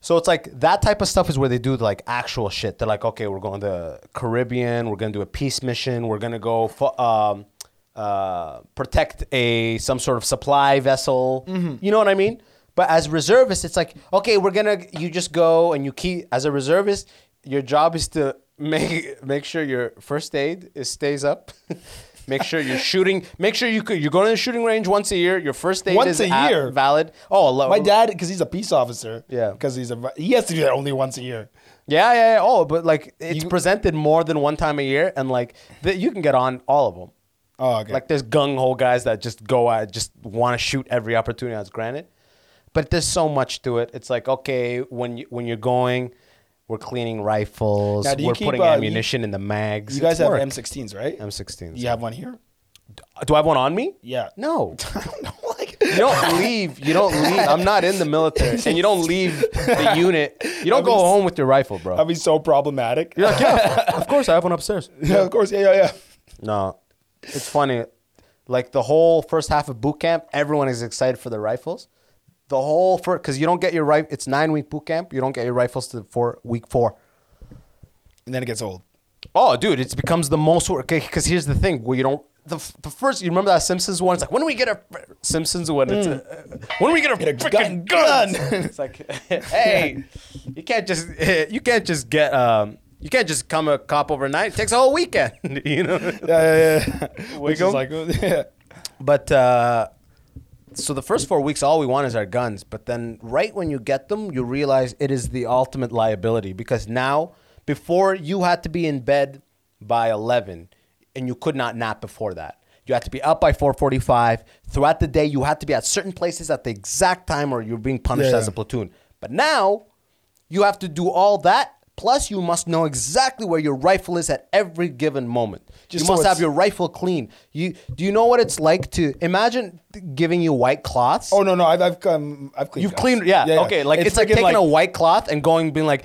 Speaker 3: So it's like that type of stuff is where they do like actual shit. They're like, okay, we're going to Caribbean. We're gonna do a peace mission. We're gonna go fo- um, uh, protect a some sort of supply vessel.
Speaker 4: Mm-hmm.
Speaker 3: You know what I mean? But as reservists, it's like, okay, we're gonna. You just go and you keep as a reservist. Your job is to make make sure your first aid is stays up. make sure you're shooting. Make sure you could, you're going to the shooting range once a year. Your first aid
Speaker 4: Once
Speaker 3: is
Speaker 4: a
Speaker 3: a
Speaker 4: year?
Speaker 3: valid. Oh, lo-
Speaker 4: My dad, because he's a peace officer.
Speaker 3: Yeah.
Speaker 4: Because he's a he has to do that only once a year.
Speaker 3: Yeah, yeah, yeah. Oh, but like it's
Speaker 4: You-
Speaker 3: presented more than one time a year, and like th- you can get on all of them.
Speaker 4: Oh, okay.
Speaker 3: Like there's gung ho guys that just go at just want to shoot every opportunity that's granted, but there's so much to it. It's like okay, when you when you're going, we're cleaning rifles,
Speaker 4: Now, do you
Speaker 3: we're
Speaker 4: keep,
Speaker 3: putting
Speaker 4: uh, you-
Speaker 3: ammunition in the mags.
Speaker 4: you guys
Speaker 3: It's
Speaker 4: have
Speaker 3: work.
Speaker 4: M16s, right?
Speaker 3: M16s.
Speaker 4: You have one here.
Speaker 3: Do I have one on me?
Speaker 4: Yeah.
Speaker 3: No.
Speaker 4: no, like
Speaker 3: You don't leave. You don't leave. I'm not in the military, and you don't leave the unit. You don't
Speaker 4: I'll be
Speaker 3: go
Speaker 4: s-
Speaker 3: home with your rifle, bro.
Speaker 4: that'd be so problematic.
Speaker 3: You're like, yeah, of course I have one upstairs.
Speaker 4: yeah, of course. Yeah, yeah, yeah.
Speaker 3: No, it's funny. Like the whole first half of boot camp, everyone is excited for the rifles. The whole first, because you don't get your rifle. It's nine week boot camp. You don't get your rifles to four week four.
Speaker 4: And then it gets old.
Speaker 3: Oh, dude, it becomes the most work. Because here's the thing: where you don't the, f- the first. You remember that Simpsons one? It's like when do we get a Simpsons when it's a, when do we get a
Speaker 4: Get a
Speaker 3: freaking
Speaker 4: gun-
Speaker 3: gun?
Speaker 4: gun.
Speaker 3: it's like, hey, you can't just you can't just get um you can't just come a cop overnight. It takes a whole weekend, you know.
Speaker 4: Yeah, yeah, yeah. Which
Speaker 3: Wiggle?
Speaker 4: is like, yeah.
Speaker 3: But uh, so the first four weeks, all we want is our guns. But then, right when you get them, you realize it is the ultimate liability because now, before you had to be in bed by eleven, and you could not nap before that. You had to be up by four forty-five throughout the day. You had to be at certain places at the exact time, or you're being punished
Speaker 4: Yeah,
Speaker 3: as a
Speaker 4: yeah.
Speaker 3: platoon. But now, you have to do all that. Plus, you must know exactly where your rifle is at every given moment.
Speaker 4: Just
Speaker 3: you
Speaker 4: so
Speaker 3: must
Speaker 4: it's-
Speaker 3: have your rifle clean. You do you know what it's like to imagine giving you white cloths?
Speaker 4: Oh no, no, I've I've come, I've cleaned.
Speaker 3: you've
Speaker 4: guns.
Speaker 3: cleaned, yeah, okay. Like it's, like
Speaker 4: freaking
Speaker 3: taking a white cloth and going, being like,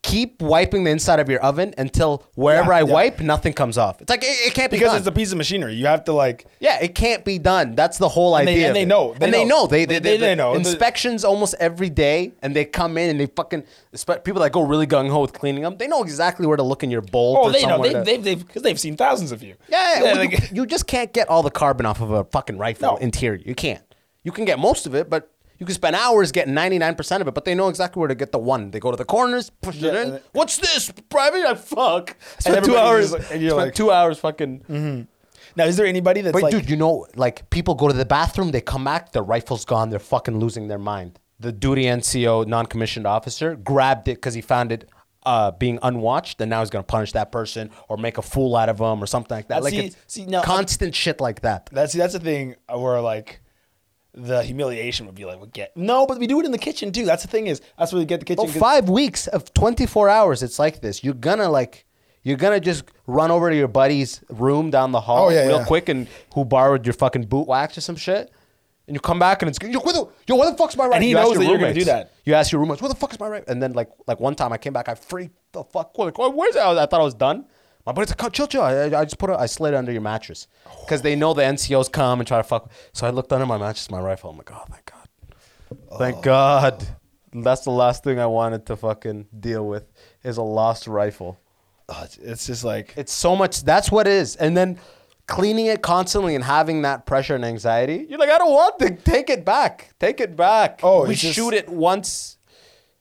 Speaker 3: keep wiping the inside of your oven until wherever I
Speaker 4: Yeah, yeah.
Speaker 3: wipe, nothing comes off. It's like it, it can't be
Speaker 4: because
Speaker 3: done.
Speaker 4: it's a piece of machinery. You have to like.
Speaker 3: yeah, it can't be done. That's the whole
Speaker 4: they-
Speaker 3: idea.
Speaker 4: and
Speaker 3: of
Speaker 4: they
Speaker 3: it.
Speaker 4: know. They
Speaker 3: and they
Speaker 4: know.
Speaker 3: know. They
Speaker 4: They-
Speaker 3: they,
Speaker 4: they- they know. And the-
Speaker 3: inspections almost every day, and they come in and they fucking spe- people that go really gung ho with cleaning them. They know exactly where to look in your bowl.
Speaker 4: Oh, they know. They, they've they've because they've seen thousands of you.
Speaker 3: Yeah, well,
Speaker 4: like-
Speaker 3: you, you just can't get all the carbon off of a fucking rifle
Speaker 4: No.
Speaker 3: interior. You can't. You can get most of it, but you can spend hours getting 99% of it, but they know exactly where to get the one. They go to the corners, push it
Speaker 4: Yeah,
Speaker 3: in.
Speaker 4: and it-
Speaker 3: What's this, private? I fuck. Spent two
Speaker 4: everybody
Speaker 3: hours.
Speaker 4: just like- and you're
Speaker 3: spent
Speaker 4: like-
Speaker 3: two hours fucking.
Speaker 4: now, is there anybody that's
Speaker 3: But
Speaker 4: like?
Speaker 3: dude, you know, like people go to the bathroom, they come back, the rifle's gone, they're fucking losing their mind. The duty NCO, non-commissioned officer, grabbed it because he found it uh, being unwatched, and now he's gonna punish that person or make a fool out of him or something like that.
Speaker 4: Now,
Speaker 3: like
Speaker 4: see-
Speaker 3: it's
Speaker 4: see, now, I'm-
Speaker 3: constant shit like that.
Speaker 4: That's that's the thing where like the humiliation would be like, we get no, but we do it in the kitchen too. That's the thing is that's where we get the kitchen.
Speaker 3: Well,
Speaker 4: 'cause-
Speaker 3: Oh, five weeks of 24 hours, it's like this. You're gonna like, you're gonna just run over to your buddy's room down the hall
Speaker 4: Oh, yeah,
Speaker 3: real
Speaker 4: yeah.
Speaker 3: quick and who borrowed your fucking boot wax or some shit. And you come back and it's yo, where the, yo, where the fuck's my rifle?
Speaker 4: he
Speaker 3: you ask
Speaker 4: knows
Speaker 3: your
Speaker 4: that you're gonna do
Speaker 3: roommates.
Speaker 4: that.
Speaker 3: You ask your roommates, where the fuck is my rifle? And then like like one time I came back, I freaked the fuck. Like, "Oh, where's it? I, was- I thought I was done. My buddy's like, "Come, chill, chill. I, I just put it. I slid it under your mattress because they know the NCOs come and try to fuck. So I looked under my mattress, my rifle. I'm like, oh, thank God. Thank God. That's the last thing I wanted to fucking deal with is a lost rifle.
Speaker 4: Oh, it's- it's just like
Speaker 3: It's so much. That's what it is. And then cleaning it constantly and having that pressure and anxiety. You're like, I don't want to take it back. Take it back.
Speaker 4: Oh,
Speaker 3: we
Speaker 4: it's just-
Speaker 3: shoot it once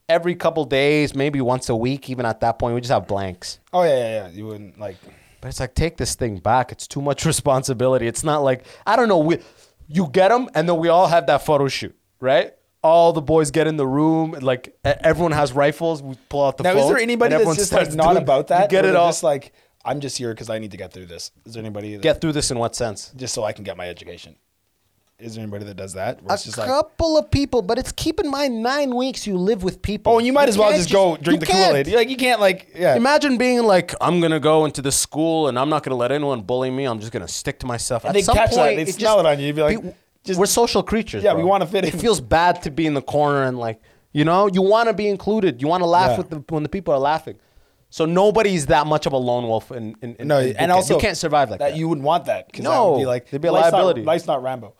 Speaker 3: every couple days, maybe once a week. Even at that point, we just have blanks.
Speaker 4: oh yeah yeah yeah. You wouldn't like.
Speaker 3: But it's like, take this thing back. It's too much responsibility. It's not like, I don't know, we, you get them and then we all have that photo shoot, right? All the boys get in the room, and like e- everyone has rifles. We pull out the
Speaker 4: Now, is
Speaker 3: phones,
Speaker 4: there
Speaker 3: and
Speaker 4: anybody that's
Speaker 3: everyone
Speaker 4: just like
Speaker 3: starts
Speaker 4: not
Speaker 3: doing-
Speaker 4: about
Speaker 3: you
Speaker 4: that?
Speaker 3: Get
Speaker 4: Where
Speaker 3: it
Speaker 4: they're
Speaker 3: all.
Speaker 4: Just like I'm just here because I need to get through this. Is there anybody that,
Speaker 3: Get through this in what sense?
Speaker 4: just so I can get my education? Is there anybody that does that? Where
Speaker 3: A
Speaker 4: it's just like,
Speaker 3: couple of people, but it's keep in mind nine weeks you live with people.
Speaker 4: oh, and you might as well
Speaker 3: can't
Speaker 4: just, go drink
Speaker 3: you
Speaker 4: the Kool Aid.
Speaker 3: can't.
Speaker 4: Like you can't like yeah.
Speaker 3: Imagine being like, I'm gonna go into the school and I'm not gonna let anyone bully me. I'm just gonna stick to myself.
Speaker 4: they'd catch that, they'd smell it on you, you'd be like,
Speaker 3: we-
Speaker 4: just-
Speaker 3: we're social creatures.
Speaker 4: Yeah, we
Speaker 3: bro.
Speaker 4: wanna fit in.
Speaker 3: It feels bad to be in the corner and like, you know, you want to be included. You want to laugh
Speaker 4: Yeah.
Speaker 3: with the, when the people are laughing. So nobody's that much of a lone wolf. In, in, in
Speaker 4: no,
Speaker 3: in
Speaker 4: and
Speaker 3: bootcamp.
Speaker 4: also
Speaker 3: you can't survive like that.
Speaker 4: You wouldn't want that because that
Speaker 3: No,
Speaker 4: would be like
Speaker 3: there'd be a
Speaker 4: life's not-
Speaker 3: liability.
Speaker 4: Life's not Rambo.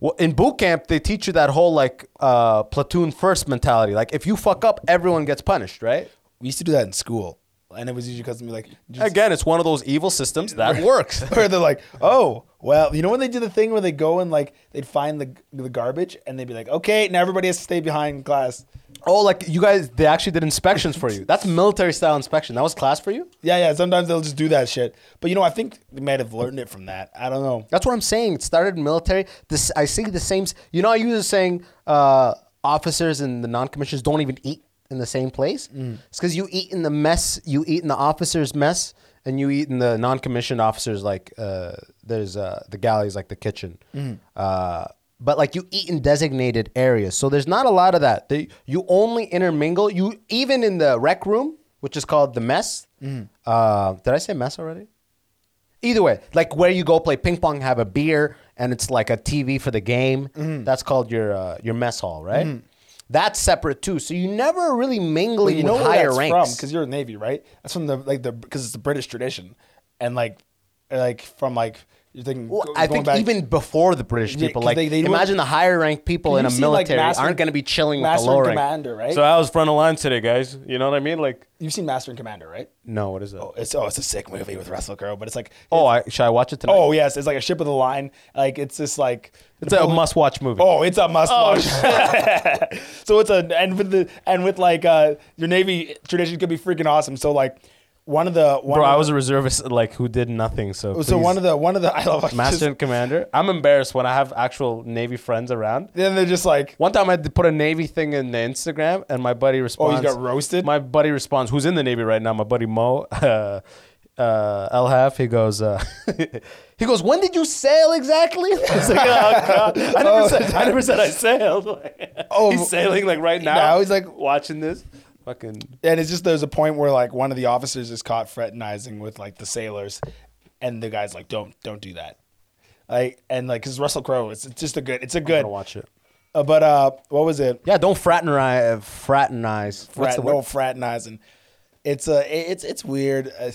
Speaker 3: Well, in boot camp, they teach you that whole like uh, platoon first mentality. Like if you fuck up, everyone gets punished, right?
Speaker 4: We used to do that in school, and it was usually because we'd be like, just-
Speaker 3: Again, it's one of those evil systems that works.
Speaker 4: where they're like, oh, well, you know when they do the thing where they go and like they'd find the the garbage and they'd be like, okay, now everybody has to stay behind class.
Speaker 3: Oh, like you guys, they actually did inspections for you. That's military style inspection. That was class for you?
Speaker 4: Yeah, yeah. Sometimes they'll just do that shit. But you know, I think they might have learned it from that. I don't know.
Speaker 3: That's what I'm saying. It started in military. This I see the same. s- You know, I use the saying uh, officers and the non commissioners don't even eat in the same place. It's because you eat in the mess, you eat in the officers' mess, and you eat in the non commissioned officers. Like uh, there's uh, the galleys, like the kitchen. Uh, but like you eat in designated areas, so there's not a lot of that. They, you only intermingle. You even in the rec room, which is called the mess. Uh, did I say mess already? Either way, like where you go play ping pong, have a beer, and it's like a TV for the game.
Speaker 4: Mm-hmm.
Speaker 3: That's called your uh, your mess hall, right? That's separate too. So you never really mingling
Speaker 4: But Mm-hmm. you know
Speaker 3: with
Speaker 4: where
Speaker 3: higher
Speaker 4: that's
Speaker 3: ranks.
Speaker 4: because you're a navy, right? That's from the like the because it's the British tradition, and like like from like you're thinking.
Speaker 3: Well,
Speaker 4: go-
Speaker 3: I
Speaker 4: going
Speaker 3: think
Speaker 4: back-
Speaker 3: even before the British
Speaker 4: Yeah,
Speaker 3: people,
Speaker 4: 'cause
Speaker 3: like
Speaker 4: they- they went-
Speaker 3: imagine the higher ranked people
Speaker 4: Can
Speaker 3: in
Speaker 4: you
Speaker 3: a
Speaker 4: see, like,
Speaker 3: military
Speaker 4: Master-
Speaker 3: aren't going to be chilling with the
Speaker 4: Master and
Speaker 3: lower rank.
Speaker 4: Commander, right?
Speaker 3: So I was front of line today, guys. You know what I mean? Like,
Speaker 4: you've seen Master and Commander, right?
Speaker 3: no, what is that? Oh,
Speaker 4: It's oh, it's a sick movie with Russell Crowe, but it's like
Speaker 3: I, should I watch it tonight?
Speaker 4: oh yes, it's like a ship of the line. Like it's just like
Speaker 3: it's a must-watch movie.
Speaker 4: Oh, it's a must watch. so it's a and with the and with like uh your navy tradition could be freaking awesome. So like one of the one
Speaker 3: Bro,
Speaker 4: of
Speaker 3: I
Speaker 4: the-
Speaker 3: was a reservist, like who did nothing. So
Speaker 4: so
Speaker 3: please.
Speaker 4: one of the one of the I love I
Speaker 3: Master
Speaker 4: just-
Speaker 3: and Commander. I'm embarrassed when I have actual Navy friends around.
Speaker 4: then they're just like
Speaker 3: One time I had to put a Navy thing in the Instagram, and my buddy responds.
Speaker 4: Oh, got roasted?
Speaker 3: My buddy responds, who's in the Navy right now? My buddy Mo, uh, uh, El Half. He goes, uh, he goes, when did you sail exactly? I was like, oh, God. I never, said, I never said I sailed.
Speaker 4: Oh,
Speaker 3: oh, he's sailing like right now.
Speaker 4: now he's, like-
Speaker 3: watching this. Fucking.
Speaker 4: and it's just there's a point where like one of the officers is caught fraternizing with like the sailors, and the guy's like don't don't do that, like and like because Russell Crowe it's, it's just a good it's a
Speaker 3: I'm
Speaker 4: good
Speaker 3: gonna watch it.
Speaker 4: Uh, but uh what was it
Speaker 3: Yeah, don't fraternize. Fraternize. What's
Speaker 4: frat,
Speaker 3: the
Speaker 4: no
Speaker 3: word?
Speaker 4: fraternizing. It's a it's it's weird. Uh,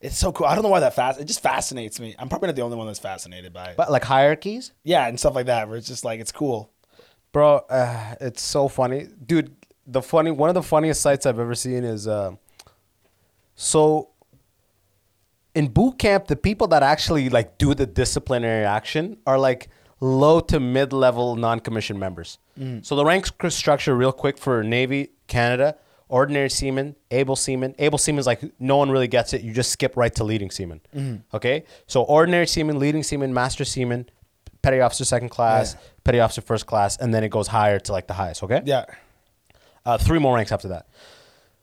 Speaker 4: It's so cool. I don't know why that fast. It just fascinates me. I'm probably not the only one that's fascinated by it.
Speaker 3: But like hierarchies.
Speaker 4: yeah, and stuff like that. Where it's just like it's cool.
Speaker 3: bro uh, it's so funny dude the funny one of the funniest sites i've ever seen is uh, so in boot camp the people that actually like do the disciplinary action are like low to mid-level non-commissioned members so the rank sc- structure real quick for navy canada ordinary seaman able seaman able seaman's like no one really gets it you just skip right to leading seaman okay so ordinary seaman leading seaman master seaman petty officer second class petty officer first class and then it goes higher to like the highest okay
Speaker 4: Yeah,
Speaker 3: uh, three more ranks after that.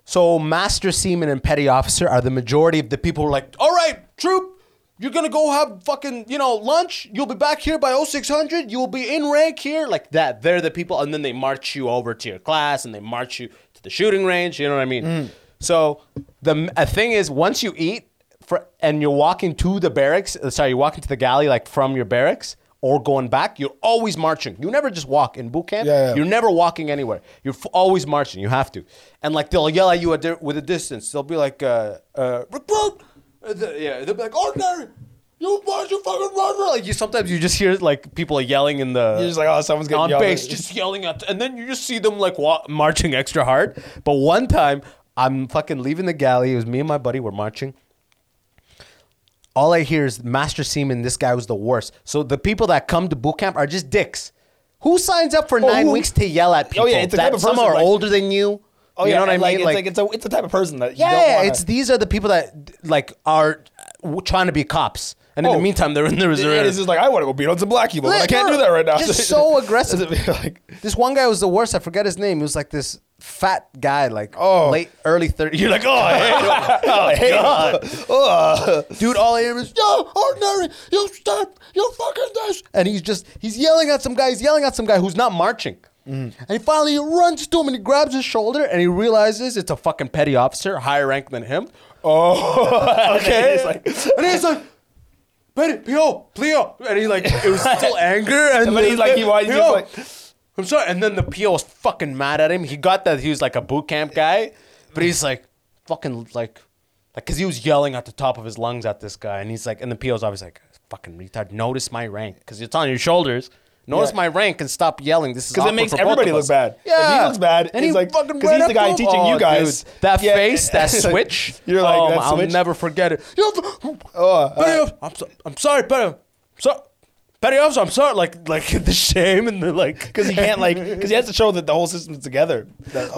Speaker 3: So master seaman and petty officer are the majority of the people who are like, all right, troop, you're gonna go have fucking you know lunch. You'll be back here by 0600. You will be in rank here like that. They're the people, and then they march you over to your class and they march you to the shooting range. You know what I mean?
Speaker 4: Mm.
Speaker 3: So the a thing is, once you eat for, and you're walking to the barracks, uh, sorry, you're walking to the galley like from your barracks or going back, you're always marching. You never just walk in boot camp.
Speaker 4: Yeah, yeah.
Speaker 3: You're never walking anywhere. You're f- always marching. You have to. And like they'll yell at you at their, with a distance. They'll be like, uh, uh, recruit. Uh, the- yeah, they'll be like, ordinary. You march, you fucking run. Like you, sometimes you just hear like people are yelling in the.
Speaker 4: You're just like, "Oh, someone's getting
Speaker 3: on
Speaker 4: yelled at."
Speaker 3: base, just yelling at, and then you just see them like wa- marching extra hard. But one time, I'm fucking leaving the galley. It was me and my buddy. We're marching all I hear is Master Seaman, this guy was the worst. So the people that come to boot camp are just dicks. Who signs up for nine
Speaker 4: Oh, who- Oh,
Speaker 3: weeks to yell at people?
Speaker 4: yeah, it's the
Speaker 3: that
Speaker 4: type of
Speaker 3: some
Speaker 4: person,
Speaker 3: are
Speaker 4: like-
Speaker 3: older than you.
Speaker 4: oh
Speaker 3: you
Speaker 4: yeah.
Speaker 3: know what I
Speaker 4: and, like,
Speaker 3: mean?
Speaker 4: It's like, it's a it's the type of person that you
Speaker 3: yeah,
Speaker 4: don't
Speaker 3: yeah,
Speaker 4: wanna-
Speaker 3: it's these are the people that like are w- trying to be cops, and in
Speaker 4: Oh.
Speaker 3: the meantime, they're in the
Speaker 4: it- it is
Speaker 3: reserve.
Speaker 4: just like I want to go beat on some black people, but I
Speaker 3: Like,
Speaker 4: can't
Speaker 3: no,
Speaker 4: do that right now.
Speaker 3: Just so aggressive.
Speaker 4: Like,
Speaker 3: This one guy was the worst. I forget his name. He was like this fat guy, like
Speaker 4: Oh.
Speaker 3: late early 30s.
Speaker 4: You're like, oh, hey, oh, hey, oh, oh.
Speaker 3: dude, all I hear is yo, ordinary, you stop, you fucking this, and he's just he's yelling at some guy, he's yelling at some guy who's not marching.
Speaker 4: Mm.
Speaker 3: And he finally runs to him and he grabs his shoulder and he realizes it's a fucking petty officer, higher rank than him.
Speaker 4: Oh, okay.
Speaker 3: It's like- and he's like, Betty, Pio, Plio. And he like, it was still anger. And
Speaker 4: But he's like, he wanted- he's
Speaker 3: Pio.
Speaker 4: like-
Speaker 3: I'm sorry. And then the Pio was fucking mad at him. He got that he was like a boot camp guy, but he's like, fucking like, like, cause he was yelling at the top of his lungs at this guy. And he's like, and the Pio's always like, fucking retard, notice my rank. Cause it's on your shoulders. Notice
Speaker 4: Yeah.
Speaker 3: my rank and stop yelling. This is
Speaker 4: Because it
Speaker 3: awkward
Speaker 4: makes
Speaker 3: for both
Speaker 4: everybody
Speaker 3: of
Speaker 4: look
Speaker 3: us.
Speaker 4: bad.
Speaker 3: Yeah,
Speaker 4: If he looks bad,
Speaker 3: And
Speaker 4: it's
Speaker 3: he
Speaker 4: like
Speaker 3: fucking
Speaker 4: because
Speaker 3: ran
Speaker 4: he's the
Speaker 3: up
Speaker 4: guy
Speaker 3: to him.
Speaker 4: teaching
Speaker 3: Oh,
Speaker 4: you guys
Speaker 3: dude, that
Speaker 4: Yeah.
Speaker 3: face, that switch.
Speaker 4: You're like,
Speaker 3: um,
Speaker 4: that
Speaker 3: I'll
Speaker 4: switch?
Speaker 3: never forget it. You have-
Speaker 4: Oh,
Speaker 3: Betty, I'm, so, I'm sorry, Betty. So, Betty, I'm, so, I'm sorry. Like, like the shame and the like.
Speaker 4: because he can't like because he has to show that the whole system's together. That-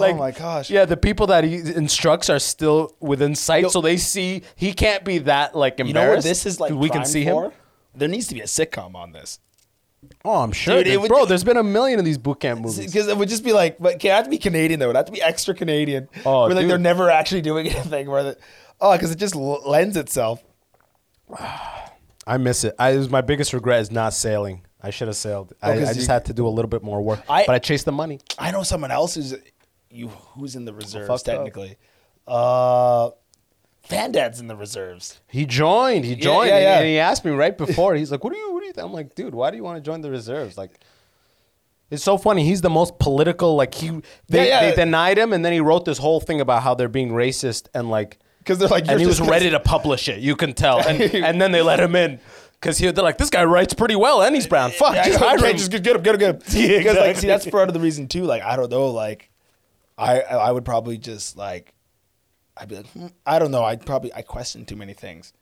Speaker 3: Like,
Speaker 4: oh my gosh.
Speaker 3: Yeah, the people that he instructs are still within sight, so they see he can't be that like
Speaker 4: You know what
Speaker 3: embarrassed.
Speaker 4: this is like?
Speaker 3: We can
Speaker 4: prime
Speaker 3: see
Speaker 4: for?
Speaker 3: him.
Speaker 4: There needs to be a sitcom on this.
Speaker 3: Oh, I'm sure,
Speaker 4: Dude, it
Speaker 3: dude,
Speaker 4: would-
Speaker 3: bro. There's been a million of these boot camp movies.
Speaker 4: Because it would just be like, but it have to be Canadian though. It have to be extra Canadian.
Speaker 3: Oh,
Speaker 4: where, like they're
Speaker 3: dude.
Speaker 4: never actually doing anything. Where the, oh, because it just l- lends itself.
Speaker 3: I miss it. I, it was my biggest regret is not sailing. I should have sailed.
Speaker 4: Oh,
Speaker 3: I, I
Speaker 4: 'cause
Speaker 3: just
Speaker 4: you-
Speaker 3: had to do a little bit more work,
Speaker 4: I-
Speaker 3: but I chased the money.
Speaker 4: I know someone else who's you who's in the reserves
Speaker 3: fucked up.
Speaker 4: technically. Uh, Van Dad's in the reserves.
Speaker 3: He joined. He joined.
Speaker 4: yeah,
Speaker 3: and-
Speaker 4: yeah.
Speaker 3: And he asked me right before. He's like, "What do you? What do you?" Think? I'm like, "Dude, why do you want to join the reserves?" Like, it's so funny. He's the most political. Like he, they,
Speaker 4: Yeah, yeah.
Speaker 3: they denied him, and then he wrote this whole thing about how they're being racist and like,
Speaker 4: 'Cause they're like,
Speaker 3: and
Speaker 4: "You're
Speaker 3: he was
Speaker 4: just-
Speaker 3: ready to publish it. You can tell. And, and then they let him in because he, they're like, "This guy writes pretty well, and he's brown. Fuck,
Speaker 4: Yeah,
Speaker 3: just
Speaker 4: I
Speaker 3: hire
Speaker 4: okay,
Speaker 3: him."
Speaker 4: just get, get him, get him, get him.
Speaker 3: Yeah,
Speaker 4: Because like, see,
Speaker 3: exactly.
Speaker 4: that's part of the reason too. Like, I don't know. Like, I I would probably just like, I'd be like, hmm, I don't know. I'd probably I question too many things.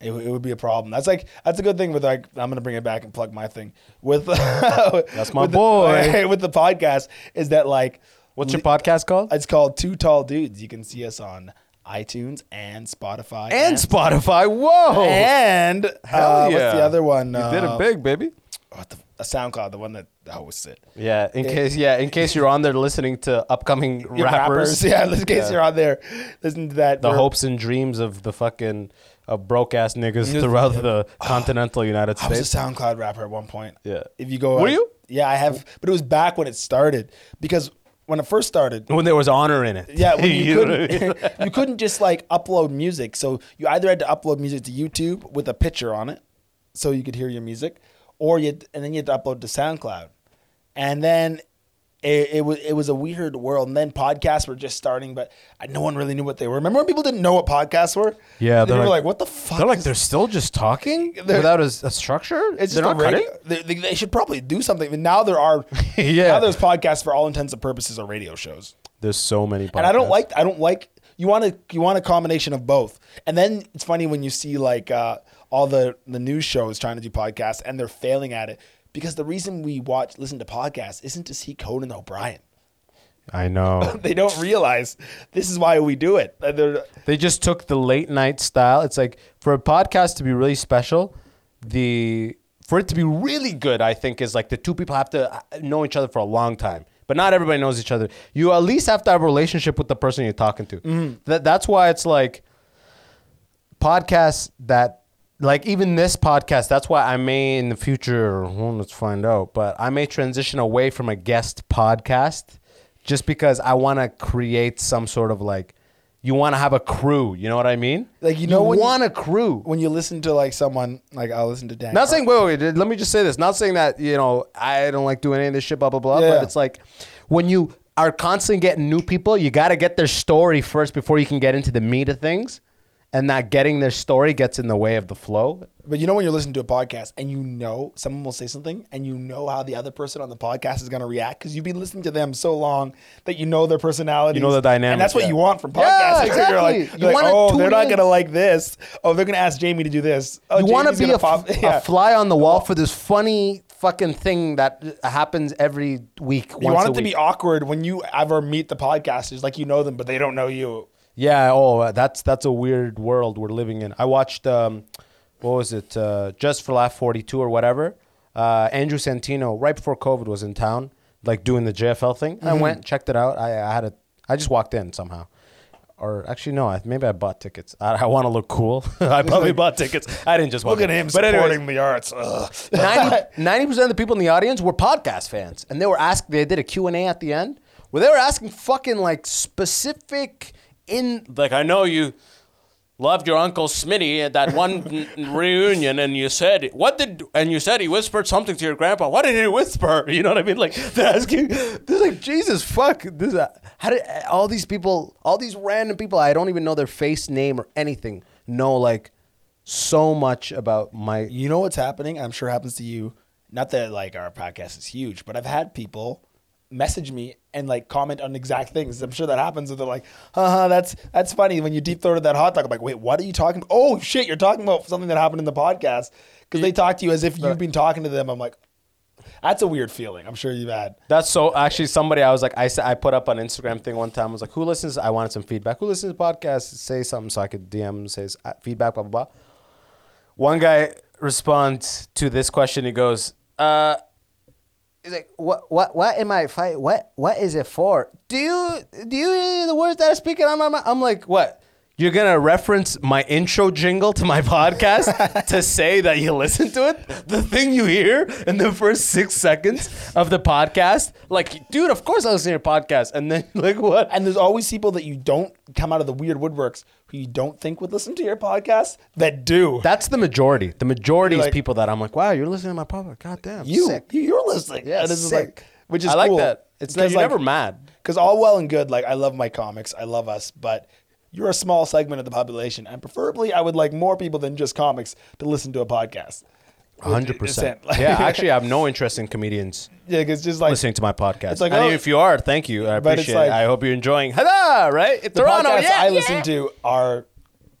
Speaker 4: It, would- it would be a problem. That's like that's a good thing with like I'm gonna bring it back and plug my thing with. that's
Speaker 3: my boy.
Speaker 4: with the podcast is that like
Speaker 3: What's your podcast called?
Speaker 4: it's called Two Tall Dudes. You can see us on iTunes and Spotify
Speaker 3: and Spotify. Whoa,
Speaker 4: and
Speaker 3: Hell
Speaker 4: uh,
Speaker 3: yeah.
Speaker 4: what's the other one?
Speaker 3: You did
Speaker 4: Uh,
Speaker 3: it big, baby.
Speaker 4: what the, a SoundCloud, the one that hosts it.
Speaker 3: Yeah,
Speaker 4: Eh.
Speaker 3: in case yeah, in case you're on there listening to upcoming rappers,
Speaker 4: yeah. In case
Speaker 3: Yeah.
Speaker 4: you're on there, listen to that.
Speaker 3: the
Speaker 4: We're-
Speaker 3: hopes and dreams of the fucking of broke ass niggas throughout the continental United
Speaker 4: I was
Speaker 3: States.
Speaker 4: a SoundCloud rapper at one point.
Speaker 3: Yeah.
Speaker 4: If you go,
Speaker 3: Were you?
Speaker 4: Yeah, I have, but it was back when it started because when it first started.
Speaker 3: when there was honor in it.
Speaker 4: Yeah, when you,
Speaker 3: know what I
Speaker 4: couldn't,
Speaker 3: mean?
Speaker 4: you couldn't just like upload music. So you either had to upload music to YouTube with a picture on it, so you could hear your music, or you and then you had to upload to SoundCloud, and then it, it was it was a weird world. And then podcasts were just starting, but I- no one really knew what they were. Remember when people didn't know what podcasts were?
Speaker 3: Yeah,
Speaker 4: they
Speaker 3: they're
Speaker 4: were
Speaker 3: like-
Speaker 4: like, "What the fuck?"
Speaker 3: They're like
Speaker 4: is
Speaker 3: they're still just talking
Speaker 4: They're-
Speaker 3: without a, s- a structure.
Speaker 4: it's
Speaker 3: they're
Speaker 4: just
Speaker 3: not
Speaker 4: a radio.
Speaker 3: cutting.
Speaker 4: They, they, they should probably do something. But now there are
Speaker 3: Yeah.
Speaker 4: now there's podcasts for all intents and purposes are radio shows.
Speaker 3: There's so many. Podcasts.
Speaker 4: And I don't like I don't like you want a you want a combination of both. And then it's funny when you see like uh, all the the news shows trying to do podcasts and they're failing at it because the reason we watch listen to podcasts isn't to see Conan O'Brien.
Speaker 3: I know.
Speaker 4: They don't realize this is why we do it. Uh, they're-
Speaker 3: They just took the late night style. It's like for a podcast to be really special, the for it to be really good, I think is like the two people have to uh, know each other for a long time. But not everybody knows each other. You at least have to have a relationship with the person you're talking to. That that's why it's like podcasts that like even this podcast that's why i may in the future well, let's find out but i may transition away from a guest podcast just because i want to create some sort of like you want to have a crew you know what i mean
Speaker 4: Like, you know when-
Speaker 3: want a crew
Speaker 4: when you listen to like someone like I'll listen to Dan.
Speaker 3: not
Speaker 4: Carlin.
Speaker 3: saying wait, wait, wait, let me just say this. Not saying that you know I don't like doing any of this shit, blah blah blah.
Speaker 4: Yeah.
Speaker 3: But it's like when you are constantly getting new people, you got to get their story first before you can get into the meat of things, and not getting their story gets in the way of the flow.
Speaker 4: But you know when you're listening to a podcast and you know someone will say something and you know how the other person on the podcast is going to react because you've been listening to them so long that you know their personality.
Speaker 3: You know the dynamic,
Speaker 4: And that's what
Speaker 3: yeah.
Speaker 4: you want from podcasts.
Speaker 3: Yeah,
Speaker 4: You're like,
Speaker 3: exactly.
Speaker 4: you're
Speaker 3: You
Speaker 4: like,
Speaker 3: wanna
Speaker 4: oh, they're
Speaker 3: tune
Speaker 4: not
Speaker 3: in."
Speaker 4: going to like this. Oh, they're going to ask Jamie to do this. Oh,
Speaker 3: you want to
Speaker 4: Jamie's
Speaker 3: be a,
Speaker 4: gonna pop-
Speaker 3: f-
Speaker 4: Yeah.
Speaker 3: a fly on the wall for this funny fucking thing that happens every week.
Speaker 4: You want it to be awkward when you ever meet the podcasters, like you know them, but they don't know you.
Speaker 3: Yeah. Oh, uh, that's that's a weird world we're living in. I watched um, what was it? Uh, Just for Laugh 42 or whatever. Uh, Andrew Santino right before COVID was in town. like doing the JFL thing.
Speaker 4: Mm-hmm.
Speaker 3: And I went, checked it out. I, I had a, I just walked in somehow. Or actually, no, I, maybe I bought tickets. I, I want to look cool. I probably bought tickets. I didn't just walk
Speaker 4: Look at
Speaker 3: in.
Speaker 4: him
Speaker 3: But anyways,
Speaker 4: supporting the arts. Ugh.
Speaker 3: 90 percent of the people in the audience were podcast fans, and they were asked. They did a Q and A at the end where they were asking fucking like specific in like I know you loved your uncle Smitty at that one n- reunion, and you said what did and you said he whispered something to your grandpa. What did he whisper? You know what I mean? Like they're asking. They're like Jesus fuck. This uh, how did uh, all these people, all these random people, I don't even know their face, name, or anything, know like so much about my
Speaker 4: You know what's happening? I'm sure happens to you. Not that like our podcast is huge, but I've had people message me and like comment on exact things. I'm sure that happens. And they're like, "Haha, that's that's funny." When you deep throated that hot dog, I'm like, "Wait, what are you talking? Oh shit, you're talking about something that happened in the podcast." Because they talk to you as if you've been talking to them. I'm like, that's a weird feeling. I'm sure you've had.
Speaker 3: That's so. Actually, somebody I was like, I said, I put up an Instagram thing one time. I was like, who listens? I wanted some feedback. Who listens to podcasts? Say something so I could DM. Says uh, feedback. Blah blah blah. One guy responds to this question. He goes, uh, he's like, what what what am I fight? What what is it for? Do you do you hear the words that are speaking on my mouth? I'm like, what? You're gonna reference my intro jingle to my podcast to say that you listen to it? The thing you hear in the first six seconds of the podcast? Like, dude, of course I listen to your podcast. And then like what?
Speaker 4: And there's always people that you don't come out of the weird woodworks who you don't think would listen to your podcast that do.
Speaker 3: That's the majority. The majority
Speaker 4: You're
Speaker 3: is
Speaker 4: like-
Speaker 3: people that I'm like, wow, you're listening to my podcast. God damn.
Speaker 4: you,
Speaker 3: sick.
Speaker 4: you you're listening.
Speaker 3: Yeah,
Speaker 4: And it's just
Speaker 3: sick.
Speaker 4: like- which is
Speaker 3: I like
Speaker 4: cool.
Speaker 3: that. It's like,
Speaker 4: Because,
Speaker 3: you're
Speaker 4: like,
Speaker 3: never mad.
Speaker 4: Because all well and good, like I love my comics, I love us, but you're a small segment of the population, and preferably I would like more people than just comics to listen to a podcast.
Speaker 3: hundred percent. Yeah, actually, I have no interest in comedians
Speaker 4: yeah, 'cause it's just like
Speaker 3: listening to my podcast.
Speaker 4: It's like,
Speaker 3: and
Speaker 4: oh-
Speaker 3: if you are, thank you. I
Speaker 4: But it's
Speaker 3: appreciate
Speaker 4: like-
Speaker 3: it. I hope you're enjoying. Hello, right?
Speaker 4: the
Speaker 3: Toronto,
Speaker 4: podcasts
Speaker 3: yeah,
Speaker 4: I
Speaker 3: yeah.
Speaker 4: listen to are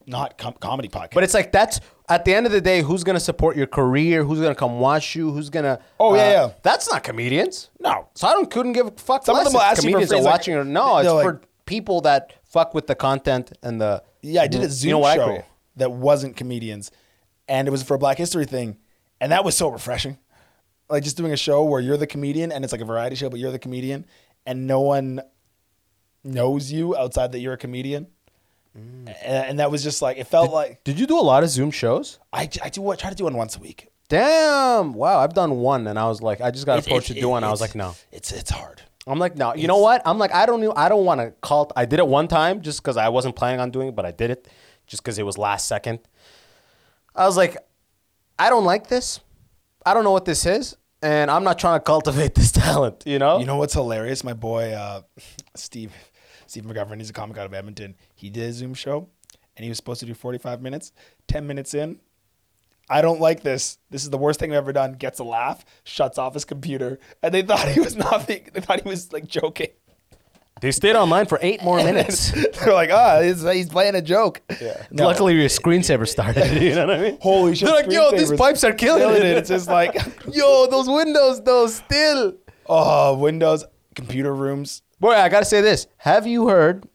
Speaker 4: not com- comedy podcasts.
Speaker 3: But it's like that's at the end of the day, who's gonna support your career? Who's gonna come watch you? Who's gonna? uh,
Speaker 4: Oh, yeah, yeah.
Speaker 3: That's not comedians.
Speaker 4: No.
Speaker 3: So I don't couldn't give a fuck.
Speaker 4: Some of
Speaker 3: less
Speaker 4: them will
Speaker 3: if
Speaker 4: ask you for
Speaker 3: comedians are
Speaker 4: free. It's like-
Speaker 3: watching or no. It's
Speaker 4: they're
Speaker 3: for
Speaker 4: like-
Speaker 3: people that fuck with the content and the.
Speaker 4: Yeah, I
Speaker 3: Mm-hmm.
Speaker 4: did
Speaker 3: You
Speaker 4: a Zoom
Speaker 3: know what I
Speaker 4: show
Speaker 3: create?
Speaker 4: that wasn't comedians, and it was for a Black History thing, and that was so refreshing. Like just doing a show where you're the comedian, and it's like a variety show, but you're the comedian, and no one knows you outside that you're a comedian, A- and, that was just like it felt like
Speaker 3: Mm. Did you do a lot of Zoom shows?
Speaker 4: I, I do I try to do one once a week.
Speaker 3: Damn! Wow, I've done one, and I was like, I just got
Speaker 4: It's-
Speaker 3: approached
Speaker 4: it's-
Speaker 3: to do one. I was like,
Speaker 4: it's-
Speaker 3: no.
Speaker 4: it's it's hard.
Speaker 3: I'm like, no, you know what? I'm like, I don't know, I don't want to call. I did it one time just because I wasn't planning on doing it, but I did it just because it was last second. I was like, I don't like this. I don't know what this is, and I'm not trying to cultivate this talent. You know?
Speaker 4: You know what's hilarious? My boy uh, Steve Steve McGovern, he's a comic out of Edmonton. He did a Zoom show and he was supposed to do 45 minutes. 10 minutes in, I don't like this. This is the worst thing I've ever done. Gets a laugh, shuts off his computer, and they thought he was not being, they thought he was like joking.
Speaker 3: They stayed online for eight more minutes.
Speaker 4: They're like, ah, he's, he's playing a joke. Yeah.
Speaker 3: Luckily, your screensaver started. You know what I mean?
Speaker 4: Holy shit.
Speaker 3: They're like, yo, these
Speaker 4: screensavers
Speaker 3: pipes are killing, it.
Speaker 4: It's just like,
Speaker 3: yo, those windows though, still.
Speaker 4: oh, Windows, computer rooms.
Speaker 3: Boy, I gotta say this. Have you heard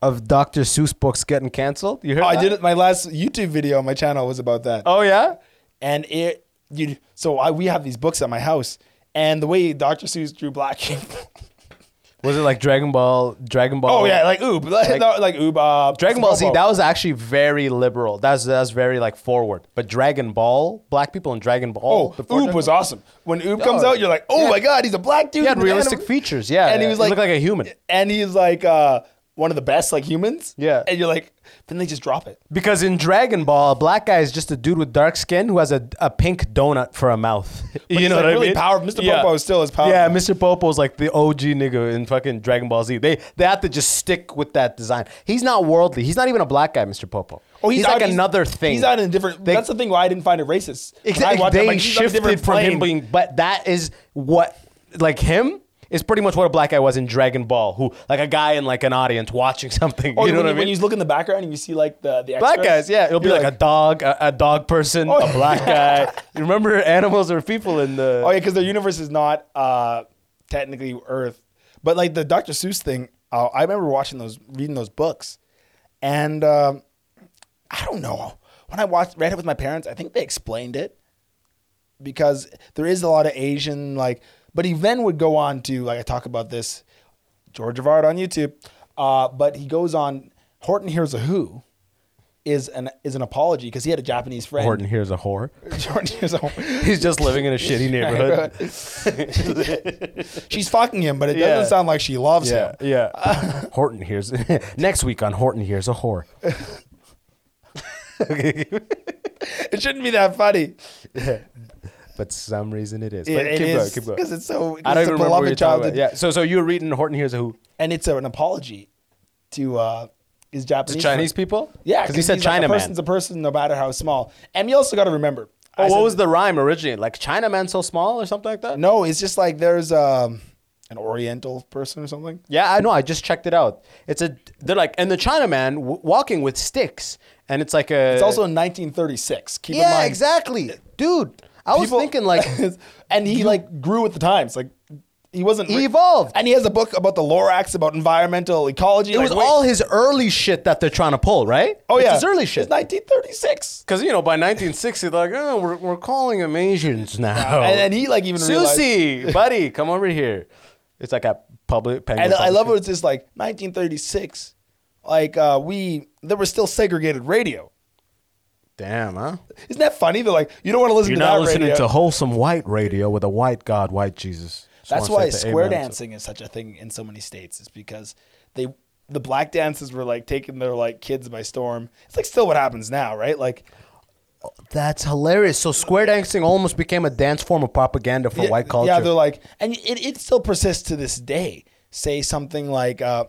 Speaker 3: of Dr. Seuss books getting canceled? You heard?
Speaker 4: Oh, I
Speaker 3: that?
Speaker 4: did it. My last YouTube video on my channel was about that.
Speaker 3: Oh yeah.
Speaker 4: and it you so I we have these books at my house and the way Dr. Seuss drew black people.
Speaker 3: Was it like Dragon Ball? Dragon Ball.
Speaker 4: oh yeah, like oob, like,
Speaker 3: Like-
Speaker 4: no, like oob. Uh,
Speaker 3: Dragon Ball Z.
Speaker 4: Smallbone.
Speaker 3: That was actually very liberal. That's that's very like forward. But Dragon Ball, black people in Dragon Ball.
Speaker 4: oh,
Speaker 3: before
Speaker 4: oob
Speaker 3: Dragon
Speaker 4: was
Speaker 3: Ball,
Speaker 4: awesome. When oob comes
Speaker 3: Oh.
Speaker 4: out, you're like, oh
Speaker 3: Yeah.
Speaker 4: my god, he's a black dude.
Speaker 3: He had
Speaker 4: with an
Speaker 3: realistic
Speaker 4: anim-
Speaker 3: features. Yeah,
Speaker 4: and
Speaker 3: yeah.
Speaker 4: he was
Speaker 3: He
Speaker 4: like
Speaker 3: looked like a human.
Speaker 4: and he's like uh, one of the best like humans.
Speaker 3: Yeah.
Speaker 4: and you're like, then they just drop it.
Speaker 3: Because in Dragon Ball, a black guy is just a dude with dark skin who has a, a pink donut for a mouth. you
Speaker 4: he's,
Speaker 3: know
Speaker 4: like,
Speaker 3: what I
Speaker 4: really
Speaker 3: mean?
Speaker 4: powerful. Mr. Popo is still as powerful.
Speaker 3: Yeah, Mr. Popo's like the OG nigga in fucking Dragon Ball Z. They they have to just stick with that design. He's not worldly. He's not even a black guy, Mr. Popo. Oh, he's,
Speaker 4: Oh, out-
Speaker 3: like another thing.
Speaker 4: He's out in a different.
Speaker 3: They-
Speaker 4: that's the thing why I didn't find it racist. When I
Speaker 3: Exactly.
Speaker 4: watched it, I'm
Speaker 3: They
Speaker 4: like, he's on a different
Speaker 3: shifted from him
Speaker 4: plane.
Speaker 3: being, but that is what, like him is pretty much what a black guy was in Dragon Ball, who like a guy in like an audience watching something.
Speaker 4: Oh,
Speaker 3: you know what
Speaker 4: when
Speaker 3: I
Speaker 4: you- When
Speaker 3: mean?
Speaker 4: you look in the background and you see like the the
Speaker 3: Black
Speaker 4: extras,
Speaker 3: guys, yeah, it'll be
Speaker 4: you're
Speaker 3: like, a dog, a, a dog person,
Speaker 4: Oh,
Speaker 3: a black guy. You remember animals or people in the?
Speaker 4: Oh yeah, because their universe is not uh, technically Earth, but like the Dr. Seuss thing. Uh, I remember watching those, reading those books, and um, I don't know when I watched, read it with my parents. I think they explained it because there is a lot of Asian like But he then would go on to, like I talk about this, George Avard on YouTube. Uh, but he goes on, Horton Hears a Who is an is an apology because he had a Japanese friend.
Speaker 3: Horton here's a whore.
Speaker 4: Horton Hears a Who.
Speaker 3: He's just living in a shitty neighborhood.
Speaker 4: She's fucking him, but it
Speaker 3: Yeah.
Speaker 4: doesn't sound like she loves
Speaker 3: Yeah,
Speaker 4: him.
Speaker 3: yeah. Horton here's next week on Horton here's a whore.
Speaker 4: It shouldn't be that funny.
Speaker 3: But some reason it is.
Speaker 4: It-
Speaker 3: But
Speaker 4: it
Speaker 3: keep going,
Speaker 4: is
Speaker 3: keep going.
Speaker 4: because it's so.
Speaker 3: I don't even
Speaker 4: it's a
Speaker 3: remember what
Speaker 4: beloved
Speaker 3: you're talking about.
Speaker 4: childhood.
Speaker 3: Yeah. So so you were reading Horton here's a who?
Speaker 4: and it's an apology to uh, his Japanese
Speaker 3: Chinese
Speaker 4: friend.
Speaker 3: people?
Speaker 4: Yeah,
Speaker 3: because he said
Speaker 4: he's like,
Speaker 3: China
Speaker 4: A
Speaker 3: man.
Speaker 4: person's a person, no matter how small. And you also got to remember. I
Speaker 3: Oh, what
Speaker 4: said-
Speaker 3: was the rhyme originally? Like China man so small or something like that?
Speaker 4: No, it's just like there's um, an Oriental person or something.
Speaker 3: Yeah, I know. I just checked it out. It's a they're like and the Chinaman w- walking with sticks, and it's like a.
Speaker 4: It's also in 1936. Keep in
Speaker 3: yeah,
Speaker 4: mind.
Speaker 3: exactly, dude. I was
Speaker 4: People-
Speaker 3: thinking like,
Speaker 4: and he like grew with the times. Like he wasn't
Speaker 3: He evolved.
Speaker 4: and he has a book about the Lorax about environmental ecology.
Speaker 3: it was all his early shit that they're trying to pull, right?
Speaker 4: Oh
Speaker 3: It's
Speaker 4: yeah,
Speaker 3: his early shit.
Speaker 4: It's 1936.
Speaker 3: Because you know, by 1960, they're like, oh, we're, we're calling them Asians now.
Speaker 4: And then he like even realized-
Speaker 3: Susie, buddy, come over here. It's like a public. Penguin
Speaker 4: And I love
Speaker 3: publishing.
Speaker 4: it. It's just like 1936. Like uh, we, there was still segregated radio.
Speaker 3: Damn, huh?
Speaker 4: Isn't that funny? They're like, you don't want to listen
Speaker 3: You're
Speaker 4: to
Speaker 3: not
Speaker 4: that
Speaker 3: listening
Speaker 4: radio.
Speaker 3: to wholesome white radio with a white God, white Jesus. Just
Speaker 4: That's
Speaker 3: wanna
Speaker 4: why
Speaker 3: say
Speaker 4: square
Speaker 3: amen.
Speaker 4: dancing is such a thing in so many states. Is because they the black dances were like taking their like kids by storm. It's like still what happens now, right? Like
Speaker 3: That's hilarious. So square dancing almost became a dance form of propaganda for
Speaker 4: yeah,
Speaker 3: white culture.
Speaker 4: Yeah, they're like, and it, it still persists to this day. Say something like, uh,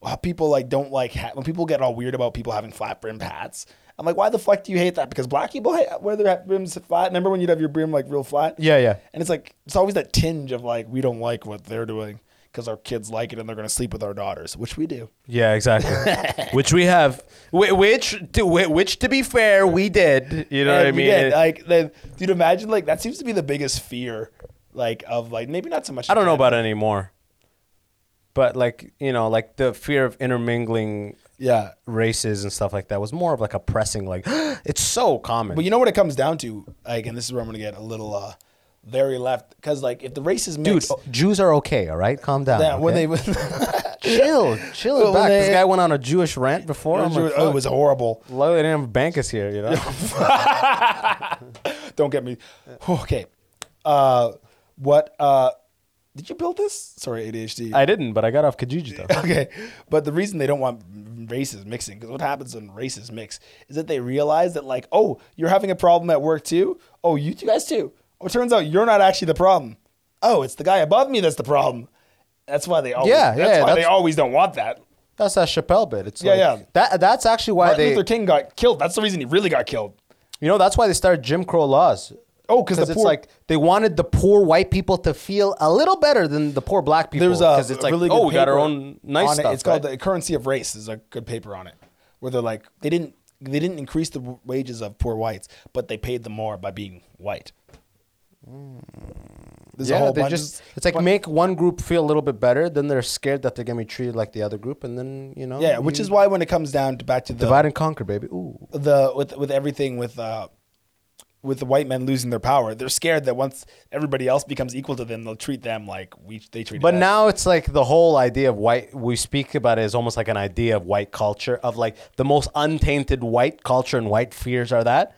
Speaker 4: well, people like don't like ha- when people get all weird about people having flat brimmed hats. I'm like, why the fuck do you hate that? Because black people hate wear their hat brims flat. Remember when you'd have your brim like real flat?
Speaker 3: Yeah, yeah.
Speaker 4: And it's like it's always that tinge of like we don't like what they're doing because our kids like it and they're gonna sleep with our daughters, which we do.
Speaker 3: yeah, exactly. which we have, whi- which to whi- which to be fair, we did. You know what I
Speaker 4: And we
Speaker 3: mean?
Speaker 4: get, like, then, dude, imagine like that seems to be the biggest fear, like of like maybe not so much.
Speaker 3: I don't know about it anymore. But like you know, like the fear of intermingling
Speaker 4: Yeah,
Speaker 3: races and stuff like that was more of like a pressing. Like it's so common.
Speaker 4: But you know what it comes down to, like, and this is where I'm gonna get a little uh, very left, because like if the races
Speaker 3: dude,
Speaker 4: mix,
Speaker 3: Jews are okay. All right, calm down.
Speaker 4: yeah, when
Speaker 3: okay?
Speaker 4: they it
Speaker 3: chill, chill it
Speaker 4: When
Speaker 3: back. this
Speaker 4: they-
Speaker 3: guy went on a Jewish rant before. I'm like,
Speaker 4: oh, it was horrible.
Speaker 3: fuck, luckily they didn't have Bankus here. You know.
Speaker 4: Don't get me. Okay, uh, what? Uh, did you build this? Sorry, ADHD.
Speaker 3: I didn't, but I got off Kijiji though.
Speaker 4: okay, but the reason they don't want races mixing because what happens when races mix is that they realize that like, oh, you're having a problem at work too. Oh, you two guys too. Oh, it turns out you're not actually the problem. Oh, it's the guy above me that's the problem. That's why they always.
Speaker 3: Yeah,
Speaker 4: that's
Speaker 3: yeah,
Speaker 4: Why they
Speaker 3: that's-
Speaker 4: always don't want that.
Speaker 3: That's that Chappelle bit. It's
Speaker 4: Yeah,
Speaker 3: like,
Speaker 4: yeah.
Speaker 3: That that's actually why
Speaker 4: Martin
Speaker 3: they.
Speaker 4: Luther King got killed. That's the reason he really got killed.
Speaker 3: You know, that's why they started Jim Crow laws.
Speaker 4: Oh, 'cause the
Speaker 3: it's
Speaker 4: poor-
Speaker 3: like they wanted the poor whiite people to feel a little better than the poor black people.
Speaker 4: There's a,
Speaker 3: because it's like,
Speaker 4: really good
Speaker 3: oh, we got our
Speaker 4: paper
Speaker 3: own nice
Speaker 4: on it.
Speaker 3: stuff.
Speaker 4: It's called
Speaker 3: right?
Speaker 4: the currency of race. There's a good paper on it where they're like they didn't they didn't increase the w- wages of poor whites, but they paid them more by being white. There's
Speaker 3: Hmm. yeah,
Speaker 4: a whole
Speaker 3: they
Speaker 4: bunch.
Speaker 3: just
Speaker 4: of-
Speaker 3: it's like make one group feel a little bit better, then they're scared that they're gonna be treated like the other group, and then you know
Speaker 4: yeah, which
Speaker 3: you
Speaker 4: is why when it comes down to back to the
Speaker 3: divide and conquer, baby. Ooh,
Speaker 4: the with with everything with uh with the white men losing their power, they're scared that once everybody else becomes equal to them, they'll treat them like we they treat.
Speaker 3: But now it's like the whole idea of white we speak about it is almost like an idea of white culture of like the most untainted white culture and white fears are that.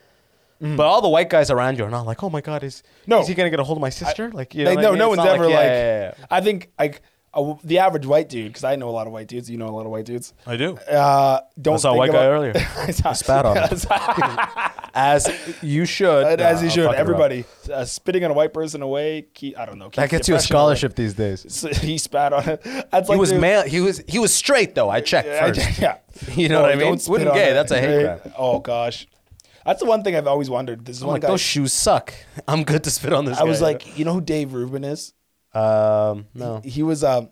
Speaker 3: But all the white guys around you are not like, oh my god, is
Speaker 4: Mm. No.
Speaker 3: is he gonna get a hold of my sister? like you know,
Speaker 4: Like,
Speaker 3: what I
Speaker 4: no,
Speaker 3: mean?
Speaker 4: no
Speaker 3: It's
Speaker 4: one's
Speaker 3: not
Speaker 4: ever like.
Speaker 3: yeah, yeah, yeah, yeah.
Speaker 4: I think like a, the average white dude, because I know a lot of white dudes. You know a lot of white dudes.
Speaker 3: I do.
Speaker 4: Uh, don't
Speaker 3: I saw a
Speaker 4: think
Speaker 3: white guy
Speaker 4: about-
Speaker 3: earlier.
Speaker 4: I saw-
Speaker 3: I spat on him. as you should,
Speaker 4: As
Speaker 3: Nah,
Speaker 4: he
Speaker 3: I'll
Speaker 4: should,
Speaker 3: fuck it up.
Speaker 4: everybody uh, spitting on a white person away. Keep, I don't know.
Speaker 3: that
Speaker 4: keeps
Speaker 3: gets you a
Speaker 4: depression away.
Speaker 3: scholarship these days.
Speaker 4: So he spat on it. That's
Speaker 3: He
Speaker 4: like,
Speaker 3: was
Speaker 4: dude,
Speaker 3: male. He was he was straight though. I checked
Speaker 4: I-
Speaker 3: first.
Speaker 4: yeah.
Speaker 3: You know
Speaker 4: Oh,
Speaker 3: what I mean?
Speaker 4: don't spit
Speaker 3: Wouldn't
Speaker 4: on
Speaker 3: gay,
Speaker 4: it.
Speaker 3: that's a hate
Speaker 4: Right?
Speaker 3: crime.
Speaker 4: Oh gosh, that's the one thing I've always wondered. This is
Speaker 3: I'm
Speaker 4: one
Speaker 3: like
Speaker 4: guy.
Speaker 3: those shoes suck. I'm good to spit on this.
Speaker 4: I was
Speaker 3: guy.
Speaker 4: like, you know who Dave Rubin is?
Speaker 3: um, no.
Speaker 4: He was um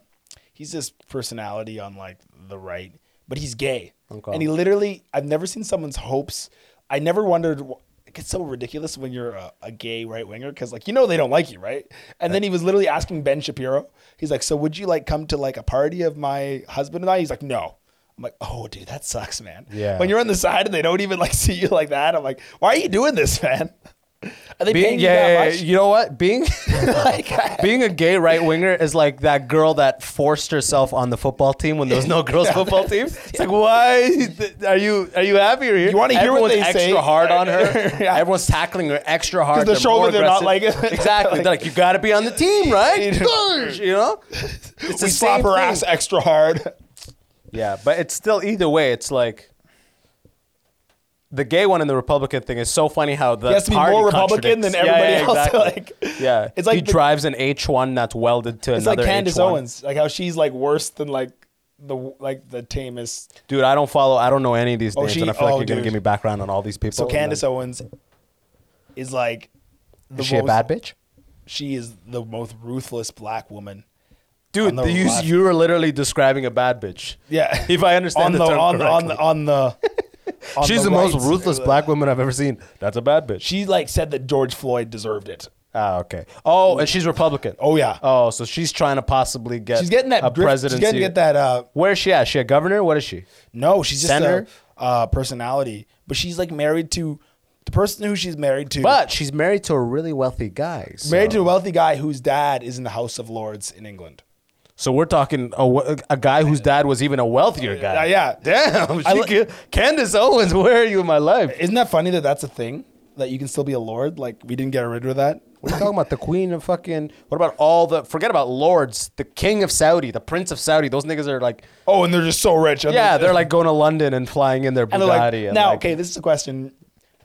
Speaker 4: he's this personality on like the right, but he's gay.
Speaker 3: Okay.
Speaker 4: And he literally I've never seen someone's hopes. I never wondered wh- it gets so ridiculous when you're a, a gay right winger because like you know they don't like you right and then he was literally asking ben shapiro he's like so would you like come to like a party of my husband and i he's like no i'm like oh dude that sucks man
Speaker 3: Yeah.
Speaker 4: when you're on the side and they don't even like see you like that i'm like why are you doing this man Are they paying
Speaker 3: Being,
Speaker 4: you
Speaker 3: yeah, yeah,
Speaker 4: that
Speaker 3: yeah. you know what? Being
Speaker 4: much? Like,
Speaker 3: being a gay right winger is like that girl that forced herself on the football team when there was no girls football team. It's like why are you are you happy or here?
Speaker 4: You wanna hear what
Speaker 3: Everyone's
Speaker 4: they
Speaker 3: extra
Speaker 4: say?
Speaker 3: hard on her.
Speaker 4: Yeah.
Speaker 3: Everyone's tackling her extra hard.
Speaker 4: 'Cause they're showing
Speaker 3: more
Speaker 4: that they're not
Speaker 3: aggressive.
Speaker 4: like-
Speaker 3: exactly. They're like you got to be on the team, right?
Speaker 4: You know?
Speaker 3: you know, it's
Speaker 4: we slap her ass extra hard.
Speaker 3: Yeah, but it's still either way. It's like the gay one and the Republican thing is so funny how the
Speaker 4: He has to be
Speaker 3: party
Speaker 4: more Republican
Speaker 3: contradicts.
Speaker 4: than everybody else, like-
Speaker 3: yeah,
Speaker 4: It's like
Speaker 3: he
Speaker 4: the-
Speaker 3: drives an H one that's welded to
Speaker 4: It's like
Speaker 3: another
Speaker 4: Candace
Speaker 3: H one.
Speaker 4: Owens, like how she's like worse than like the like the tamest.
Speaker 3: Dude, I don't follow. I don't know any of these
Speaker 4: Oh,
Speaker 3: names,
Speaker 4: she-
Speaker 3: and I feel
Speaker 4: oh,
Speaker 3: like you're gonna
Speaker 4: dude.
Speaker 3: give me background on all these people.
Speaker 4: So
Speaker 3: and
Speaker 4: Candace
Speaker 3: then-
Speaker 4: Owens is like the
Speaker 3: is she a
Speaker 4: most-
Speaker 3: bad bitch?
Speaker 4: She is the most ruthless black woman.
Speaker 3: Dude,
Speaker 4: On the
Speaker 3: you
Speaker 4: left.
Speaker 3: you are literally describing a bad bitch.
Speaker 4: Yeah,
Speaker 3: if I understand
Speaker 4: on
Speaker 3: the,
Speaker 4: the,
Speaker 3: term
Speaker 4: on, on
Speaker 3: correctly.
Speaker 4: the on the. on
Speaker 3: She's the, most
Speaker 4: right.
Speaker 3: ruthless black woman I've ever seen. That's a bad bitch.
Speaker 4: She like said that George Floyd deserved it.
Speaker 3: Ah, okay. Oh, and she's Republican.
Speaker 4: Oh, yeah.
Speaker 3: Oh, so she's trying to possibly get.
Speaker 4: She's getting that
Speaker 3: a
Speaker 4: grip-
Speaker 3: presidency.
Speaker 4: She's getting get that. Uh,
Speaker 3: Where is she at? Is she a governor? What is she?
Speaker 4: no, she's just
Speaker 3: Senator?
Speaker 4: a uh, personality, but she's like married to the person who she's married to.
Speaker 3: But she's married to a really wealthy guy. So,
Speaker 4: married to a wealthy guy whose dad is in the House of Lords in England.
Speaker 3: so we're talking a, we- a guy whose dad was even a wealthier guy.
Speaker 4: Uh, yeah.
Speaker 3: Damn. She
Speaker 4: I li-
Speaker 3: ca- Candace Owens, where are you in my life?
Speaker 4: Isn't that funny that that's a thing that you can still be a lord? Like we didn't get rid of that.
Speaker 3: We're talking about the queen of fucking. What about all the? Forget about lords. The king of Saudi, the prince of Saudi. Those niggas are like,
Speaker 4: Oh, and they're just so rich. And
Speaker 3: yeah, they're like going to London and flying in their Bugatti.
Speaker 4: and they're like
Speaker 3: and
Speaker 4: now.
Speaker 3: like-
Speaker 4: okay, this is a question.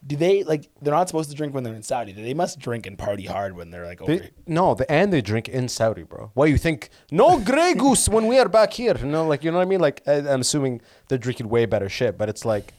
Speaker 4: Do they like? They're not supposed to drink when they're in Saudi. They must drink and party hard when they're like over.
Speaker 3: They-
Speaker 4: here.
Speaker 3: no, the, and they drink in Saudi, bro. Why you think no Grey Goose when we are back here? You know, like you know what I mean. Like I, I'm assuming they're drinking way better shit, but it's like,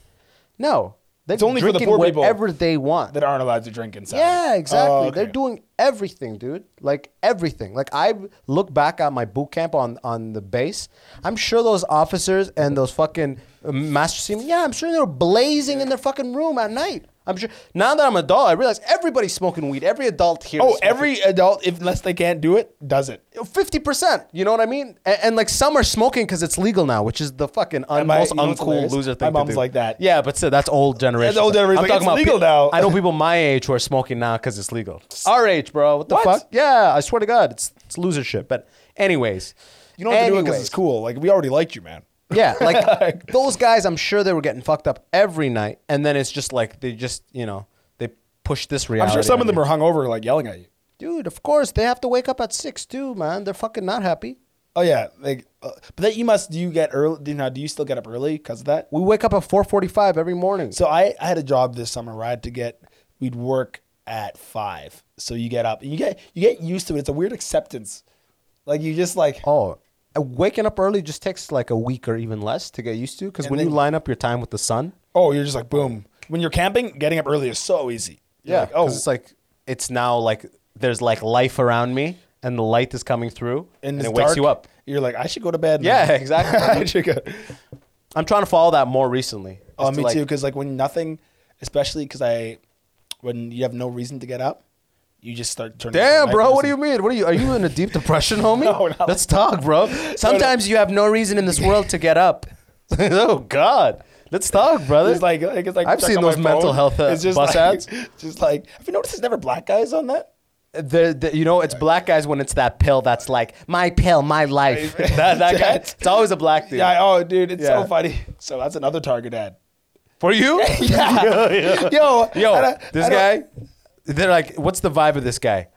Speaker 3: no, they're
Speaker 4: It's only for the
Speaker 3: drinking
Speaker 4: poor people
Speaker 3: whatever they want.
Speaker 4: that aren't allowed to drink in Saudi.
Speaker 3: yeah, exactly.
Speaker 4: Oh, okay.
Speaker 3: They're doing everything, dude. Like everything. Like I look back at my boot camp on on the base. I'm sure those officers and those fucking uh, master seamen. Yeah, I'm sure they were blazing in their fucking room at night. I'm sure. Now that I'm an adult, I realize everybody's smoking weed. Every adult here. is
Speaker 4: Oh,
Speaker 3: smoking
Speaker 4: every adult, if, unless they can't do it, does it.
Speaker 3: fifty percent. You know what I mean? And, and like some are smoking because it's legal now, which is the fucking un-
Speaker 4: And my-
Speaker 3: most
Speaker 4: you know what's
Speaker 3: uncool
Speaker 4: hilarious?
Speaker 3: loser thing.
Speaker 4: My
Speaker 3: to
Speaker 4: mom's
Speaker 3: do.
Speaker 4: like that.
Speaker 3: Yeah, but still, that's old generation.
Speaker 4: old
Speaker 3: stuff.
Speaker 4: generation, like, it's legal
Speaker 3: pe-
Speaker 4: now.
Speaker 3: I know people my age who are smoking now because it's legal. Our age, bro. What the
Speaker 4: What?
Speaker 3: fuck? Yeah, I swear to God, it's it's loser shit. But anyways,
Speaker 4: You don't have to do it because
Speaker 3: Anyways.
Speaker 4: it's cool. Like we already liked you, man.
Speaker 3: Yeah, like those guys, I'm sure they were getting fucked up every night, and then it's just like they just you know they push this reality.
Speaker 4: I'm sure some
Speaker 3: on
Speaker 4: of them
Speaker 3: you.
Speaker 4: are hungover, like yelling at you.
Speaker 3: Dude, of course they have to wake up at six too, man. They're fucking not happy.
Speaker 4: Oh yeah, like, uh, but that you must. Do you get early? Do you, now, do you still get up early because of that?
Speaker 3: We wake up at four forty-five every morning.
Speaker 4: So I, I had a job this summer where I had to get. We'd work at five, so you get up. You get you get used to it. It's a weird acceptance. Like you just like
Speaker 3: Oh, uh, waking up early just takes like a week or even less to get used to. Because
Speaker 4: And
Speaker 3: when you
Speaker 4: then-
Speaker 3: line up your time with the sun,
Speaker 4: oh you're just like boom. When you're camping, getting up early is so easy. You're like, oh,
Speaker 3: 'cause it's like it's now like there's like life around me, and the light is coming through, and,
Speaker 4: it's
Speaker 3: it wakes
Speaker 4: dark.
Speaker 3: you up.
Speaker 4: You're like I should go to bed. now."
Speaker 3: Yeah, exactly.
Speaker 4: I should go.
Speaker 3: I'm trying to follow that more recently.
Speaker 4: Oh,
Speaker 3: Just to,
Speaker 4: me
Speaker 3: like-
Speaker 4: too. Because like when nothing, especially because I, when you have no reason to get up, you just start turning. into a
Speaker 3: Damn,
Speaker 4: night
Speaker 3: bro. What do
Speaker 4: person.
Speaker 3: you mean? What are you? Are you in a deep depression, homie?
Speaker 4: No, not
Speaker 3: Let's talk, bro. Sometimes you have no reason in this world to get up. oh God. Let's talk, brother.
Speaker 4: It's like, like it's like
Speaker 3: I've
Speaker 4: stuck
Speaker 3: seen
Speaker 4: on my
Speaker 3: those mental
Speaker 4: phone.
Speaker 3: health, uh,
Speaker 4: It's just
Speaker 3: bus
Speaker 4: like,
Speaker 3: ads.
Speaker 4: Just like have you noticed there's never black guys on that?
Speaker 3: the, the you know it's black guys when it's that pill that's like my pill my life that, that guy
Speaker 4: That's-
Speaker 3: it's always a black dude
Speaker 4: Yeah. Oh, dude, it's
Speaker 3: Yeah.
Speaker 4: so funny. So that's another Target ad.
Speaker 3: for you
Speaker 4: Yeah. yo, I
Speaker 3: yo
Speaker 4: don't-
Speaker 3: this
Speaker 4: I don't-
Speaker 3: guy they're like what's the vibe of this guy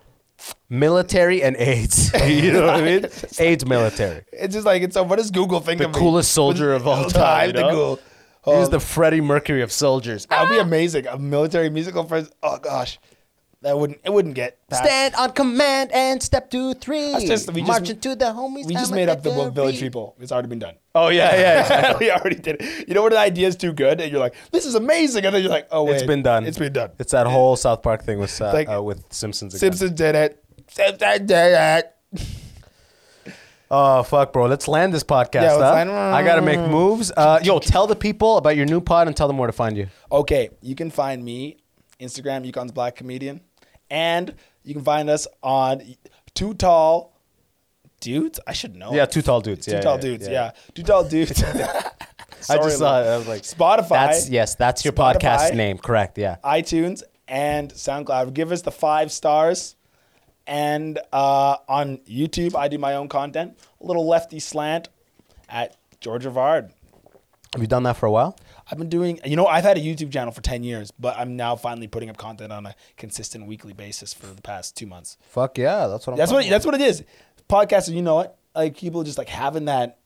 Speaker 3: military and AIDS you know what I mean AIDS military
Speaker 4: It's just like it's so. What does Google think
Speaker 3: the
Speaker 4: of me?
Speaker 3: coolest soldier of all time,
Speaker 4: The
Speaker 3: you know?
Speaker 4: Google.
Speaker 3: he was
Speaker 4: Oh,
Speaker 3: the Ah. Freddie Mercury of soldiers
Speaker 4: that would be amazing. A military musical friends. Oh gosh, that wouldn't. It wouldn't get. past-
Speaker 3: stand on command and step two three
Speaker 4: That's just- we just-
Speaker 3: marching to the homies
Speaker 4: We
Speaker 3: I'm
Speaker 4: just
Speaker 3: a
Speaker 4: made up the
Speaker 3: military.
Speaker 4: village people. It's already been done.
Speaker 3: oh yeah yeah exactly.
Speaker 4: we already did it. You know when an idea is too good and you're like, this is amazing, and then you're like, oh wait,
Speaker 3: it's been done
Speaker 4: It's been done.
Speaker 3: it's that whole South Park thing with uh,
Speaker 4: Like-
Speaker 3: uh, with Simpsons again.
Speaker 4: Simpson did it. Simpson did it.
Speaker 3: Oh fuck, bro! Let's land this podcast.
Speaker 4: Yeah, let's
Speaker 3: huh?
Speaker 4: land-
Speaker 3: I gotta make moves. Uh, yo, tell the people about your new pod and tell them where to find you.
Speaker 4: Okay, you can find me Instagram Yukon's Black Comedian, and you can find us on Too Tall Dudes. I should know.
Speaker 3: Yeah, Two Tall Dudes.
Speaker 4: Too
Speaker 3: Yeah,
Speaker 4: Tall
Speaker 3: yeah,
Speaker 4: Dudes.
Speaker 3: yeah.
Speaker 4: Yeah. Too Tall Dudes.
Speaker 3: I
Speaker 4: Sorry,
Speaker 3: just saw
Speaker 4: Lou.
Speaker 3: it. I was like,
Speaker 4: Spotify.
Speaker 3: That's yes, that's your podcast
Speaker 4: Spotify,
Speaker 3: name. Correct. Yeah.
Speaker 4: iTunes and SoundCloud. Give us the five stars. And uh, on YouTube, I do my own content, a little lefty slant at George Rivard.
Speaker 3: Have you done that for a while?
Speaker 4: I've been doing, you know, I've had a YouTube channel for 10 years, but I'm now finally putting up content on a consistent weekly basis for the past two months.
Speaker 3: Fuck yeah, that's what I'm.
Speaker 4: That's what
Speaker 3: talking
Speaker 4: that's what it is. Podcasting, you know what? Like people just like having that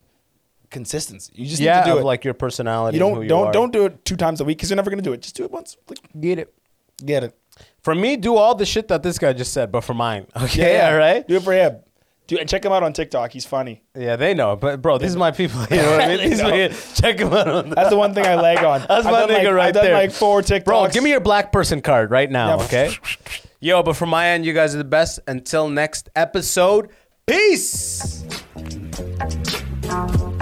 Speaker 4: consistency. You just
Speaker 3: yeah,
Speaker 4: need to do
Speaker 3: of
Speaker 4: it.
Speaker 3: like your personality.
Speaker 4: you
Speaker 3: and who
Speaker 4: don't don't
Speaker 3: are.
Speaker 4: don't do it two times a week because you're never gonna do it. Just do it once. Like,
Speaker 3: get it.
Speaker 4: get it.
Speaker 3: For me, do all the shit that this guy just said, but for mine. Okay,
Speaker 4: Yeah,
Speaker 3: all right.
Speaker 4: Do it for him. Do and check him out on TikTok. He's funny.
Speaker 3: Yeah, they know, but bro, these are my people. You know what I
Speaker 4: They
Speaker 3: mean? These
Speaker 4: know.
Speaker 3: are- check them out. On
Speaker 4: That's the one thing I lag on.
Speaker 3: That's
Speaker 4: I've
Speaker 3: my
Speaker 4: done,
Speaker 3: nigga
Speaker 4: like,
Speaker 3: right
Speaker 4: I've done,
Speaker 3: there.
Speaker 4: like four TikToks.
Speaker 3: Bro, give me your black person card right now,
Speaker 4: Yeah.
Speaker 3: okay? Yo, but from my end, you guys are the best. Until next episode, peace.
Speaker 5: Thank you.